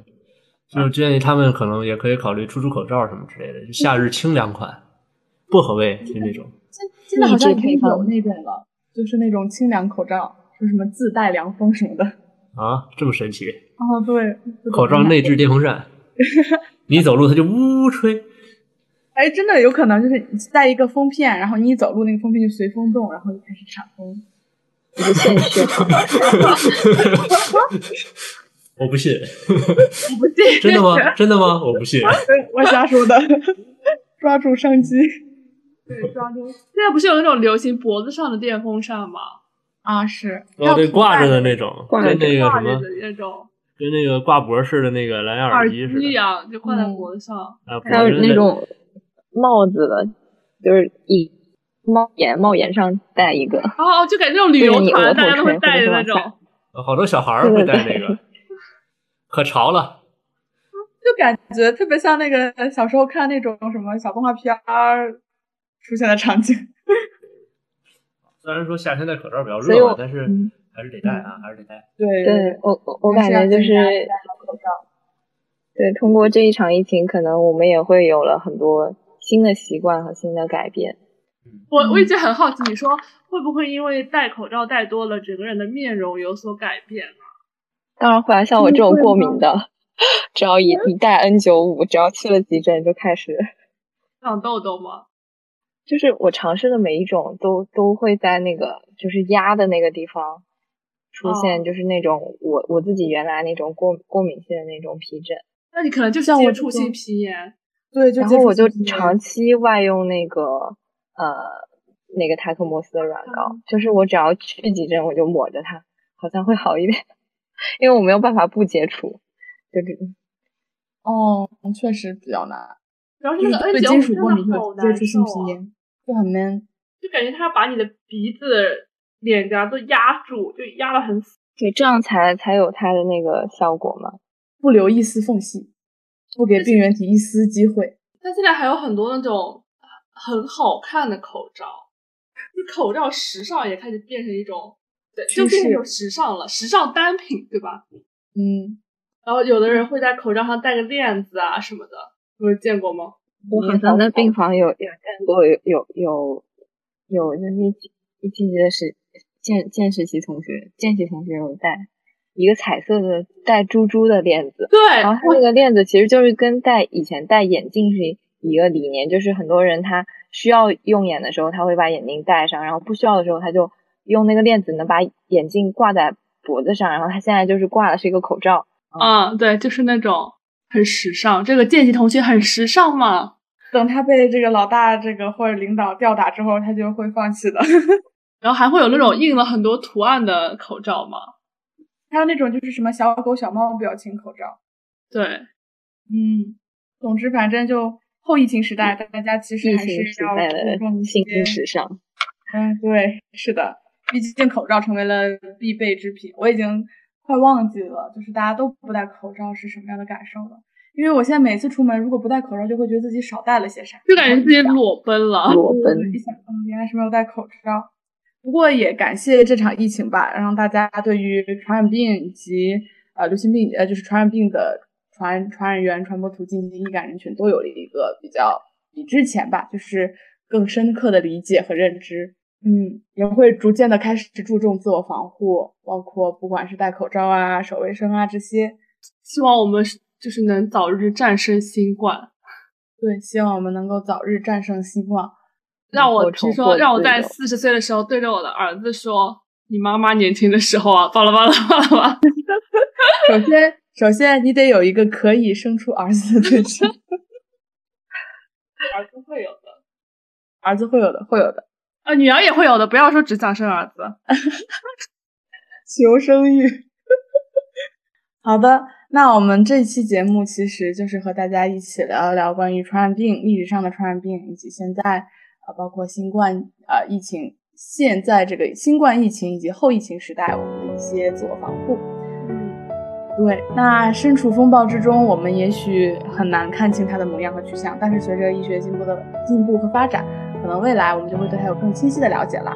S2: 就是建议他们可能也可以考虑出出口罩什么之类的，就夏日清凉款，薄荷味就那种。
S5: 现现在好像
S4: 抑
S5: 已
S4: 制
S5: 经
S4: 配方
S5: 有那种了，就是那种清凉口罩，说什么自带凉风什么的。
S2: 啊，这么神奇！
S5: 哦，对，
S2: 口罩内置电风扇，你走路它就呜呜吹。
S5: 哎，真的有可能就是你带一个风片，然后你一走路，那个风片就随风动，然后就开始产风。
S4: 无限 血
S2: 我不信，
S1: 我不信。
S2: 真的吗？真的吗？我不信。
S5: 对，我瞎说的， 抓住商机
S1: 对，抓住。现在不是有那种流行脖子上的电风扇吗？
S5: 啊！是
S2: 哦，对，挂着的那种，
S4: 挂
S2: 跟
S4: 着
S2: 那个什
S1: 挂着
S2: 么
S1: 的，那种。
S2: 跟那个挂脖式的那个蓝牙
S1: 耳
S2: 机似
S1: 机一
S2: 的
S1: 样就挂在
S5: 嗯
S1: 脖子上，
S2: 啊，脖
S4: 还有
S2: 子
S4: 那
S2: 的
S4: 种帽子的，就是一帽檐帽檐上戴一个，
S1: 哦，就感觉那种旅游
S4: 对你
S1: 团
S4: 额头
S1: 大家都会
S4: 垂
S1: 带
S4: 会
S1: 的
S4: 往
S1: 那种，
S4: 下
S2: 好多小孩儿会戴那
S4: 对
S2: 个，可潮了。
S5: 就感觉特别像那个小时候看那种什么小动画片儿出现的场景。
S2: 虽然说夏天戴口罩比较
S4: 所以
S2: 热
S4: 我
S2: 嘛，但是
S4: 嗯
S2: 还是得戴啊，还是得戴。
S5: 对
S4: 对我我我感
S5: 还是要
S4: 觉就
S5: 增
S4: 是
S5: 加戴口罩
S4: 对，通过这一场疫情，可能我们也会有了很多新的习惯和新的改变。
S1: 我我一直很好奇，你说会不会因为戴口罩戴多了，整个人的面容有所改变？
S4: 当然会啊，像我这
S5: 嗯
S4: 种过敏的， 只要一一戴 N 九五，只要去了急诊就开始，
S1: 长痘痘吗？
S4: 就是我尝试的每一种都都会在那个就是压的那个地方出
S1: 哦
S4: 现，就是那种我我自己原来那种过过敏性的那种皮疹。
S1: 那你可能就是
S5: 像我
S1: 接
S5: 这
S1: 触
S5: 种
S1: 性皮炎，
S5: 对，就
S4: 然
S5: 接
S4: 后
S5: 触
S4: 我就
S5: 信息
S4: 长期外用那个呃那个泰克摩斯的软膏，就是我只要去急诊我就抹着它，好像会好一点， 因为我没有办法不接触，就是
S5: 哦，确实比较难，
S1: 主要是
S5: 就
S1: 那
S5: 是
S1: 个 N
S5: 对
S1: 九
S5: 金属
S1: 真
S5: 过敏
S1: 的好
S5: 会接
S1: 难
S5: 触
S1: 受
S5: 性皮
S1: 啊！
S5: 炎，就很闷。
S1: 就感觉它把你的鼻子、脸颊都压住，就压得很死。
S4: 对这样才才有它的那个效果嘛。
S5: 不留一丝缝隙，不给病原体一丝机会。
S1: 但现在还有很多那种很好看的口罩，就口罩时尚也开始变成一种，对，
S5: 趋
S1: 就变成一
S5: 势
S1: 种时尚了，时尚单品，对吧？
S5: 嗯，
S1: 然后有的人会在口罩上戴个链子啊什么的，你有见过吗？
S4: 我好像在嗯病房有有见过有有有有就是一起一期级的实见见实习同学见习同学有戴一个彩色的带珠珠的链子。
S1: 对，
S4: 然后它那个链子其实就是跟戴以前戴眼镜是一一个理念，就是很多人他需要用眼的时候，他会把眼镜戴上，然后不需要的时候，他就用那个链子能把眼镜挂在脖子上，然后他现在就是挂的是一个口罩。
S1: 嗯，对，就是那种很时尚。这个见习同学很时尚嘛，
S5: 等他被这个老大这个或者领导吊打之后，他就会放弃的。
S1: 然后还会有那种印了很多图案的口罩嘛。
S5: 还有那种就是什么小狗小猫表情口罩。
S1: 对，
S5: 嗯，总之反正就后疫情时代，
S1: 嗯
S5: 大家其实
S4: 疫
S5: 还
S4: 情
S5: 是
S4: 时
S5: 要
S4: 代
S5: 注重
S4: 的
S5: 一
S4: 新
S5: 些。
S4: 时尚，
S5: 嗯，对，是的，毕竟口罩成为了必备之品。我已经快忘记了，就是大家都不戴口罩是什么样的感受了。因为我现在每次出门，如果不戴口罩，就会觉得自己少带了些啥，
S1: 就感觉自己
S5: 然后
S1: 裸奔了。
S4: 裸
S5: 啊对
S4: 奔
S5: 一。想，嗯，原来是没有戴口罩。不过也感谢这场疫情吧，让大家对于传染病以及呃流行病呃就是传染病的传传染源、传播途径以及易感人群都有了一个比较比之前吧，就是更深刻的理解和认知。嗯，也会逐渐的开始注重自我防护，包括不管是戴口罩啊、手卫生啊这些。
S1: 希望我们是就是能早日战胜新冠。
S5: 对，希望我们能够早日战胜新冠。
S1: 让我
S4: 过
S1: 听
S4: 重
S1: 说，
S4: 过
S1: 让我在
S4: 对的
S1: 四十岁的时候对着我的儿子说：“你妈妈年轻的时候啊，巴拉巴拉巴拉巴拉。
S5: 首先，首先你得有一个可以生出儿子的对象，”
S1: 儿子会有的，
S5: 儿子会有的，会有的。
S1: 呃，女儿也会有的。不要说只想生儿子，
S5: 求生欲。好的，那我们这期节目其实就是和大家一起聊一聊关于传染病历史上的传染病，以及现在呃包括新冠呃疫情，现在这个新冠疫情以及后疫情时代我们的一些自我防护。对，那身处风暴之中，我们也许很难看清它的模样和去向，但是随着医学进步的进步和发展，可能未来我们就会对它有更清晰的了解啦。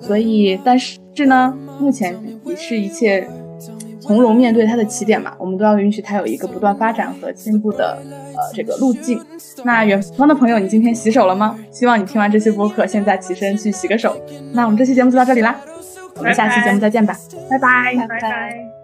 S5: 所以，但是呢，目前也是一切从容面对它的起点嘛，我们都要允许它有一个不断发展和进步的呃这个路径。那远方的朋友，你今天洗手了吗？希望你听完这期播客，现在起身去洗个手。那我们这期节目就到这里啦，我们下期节目再见吧，拜拜
S4: 拜拜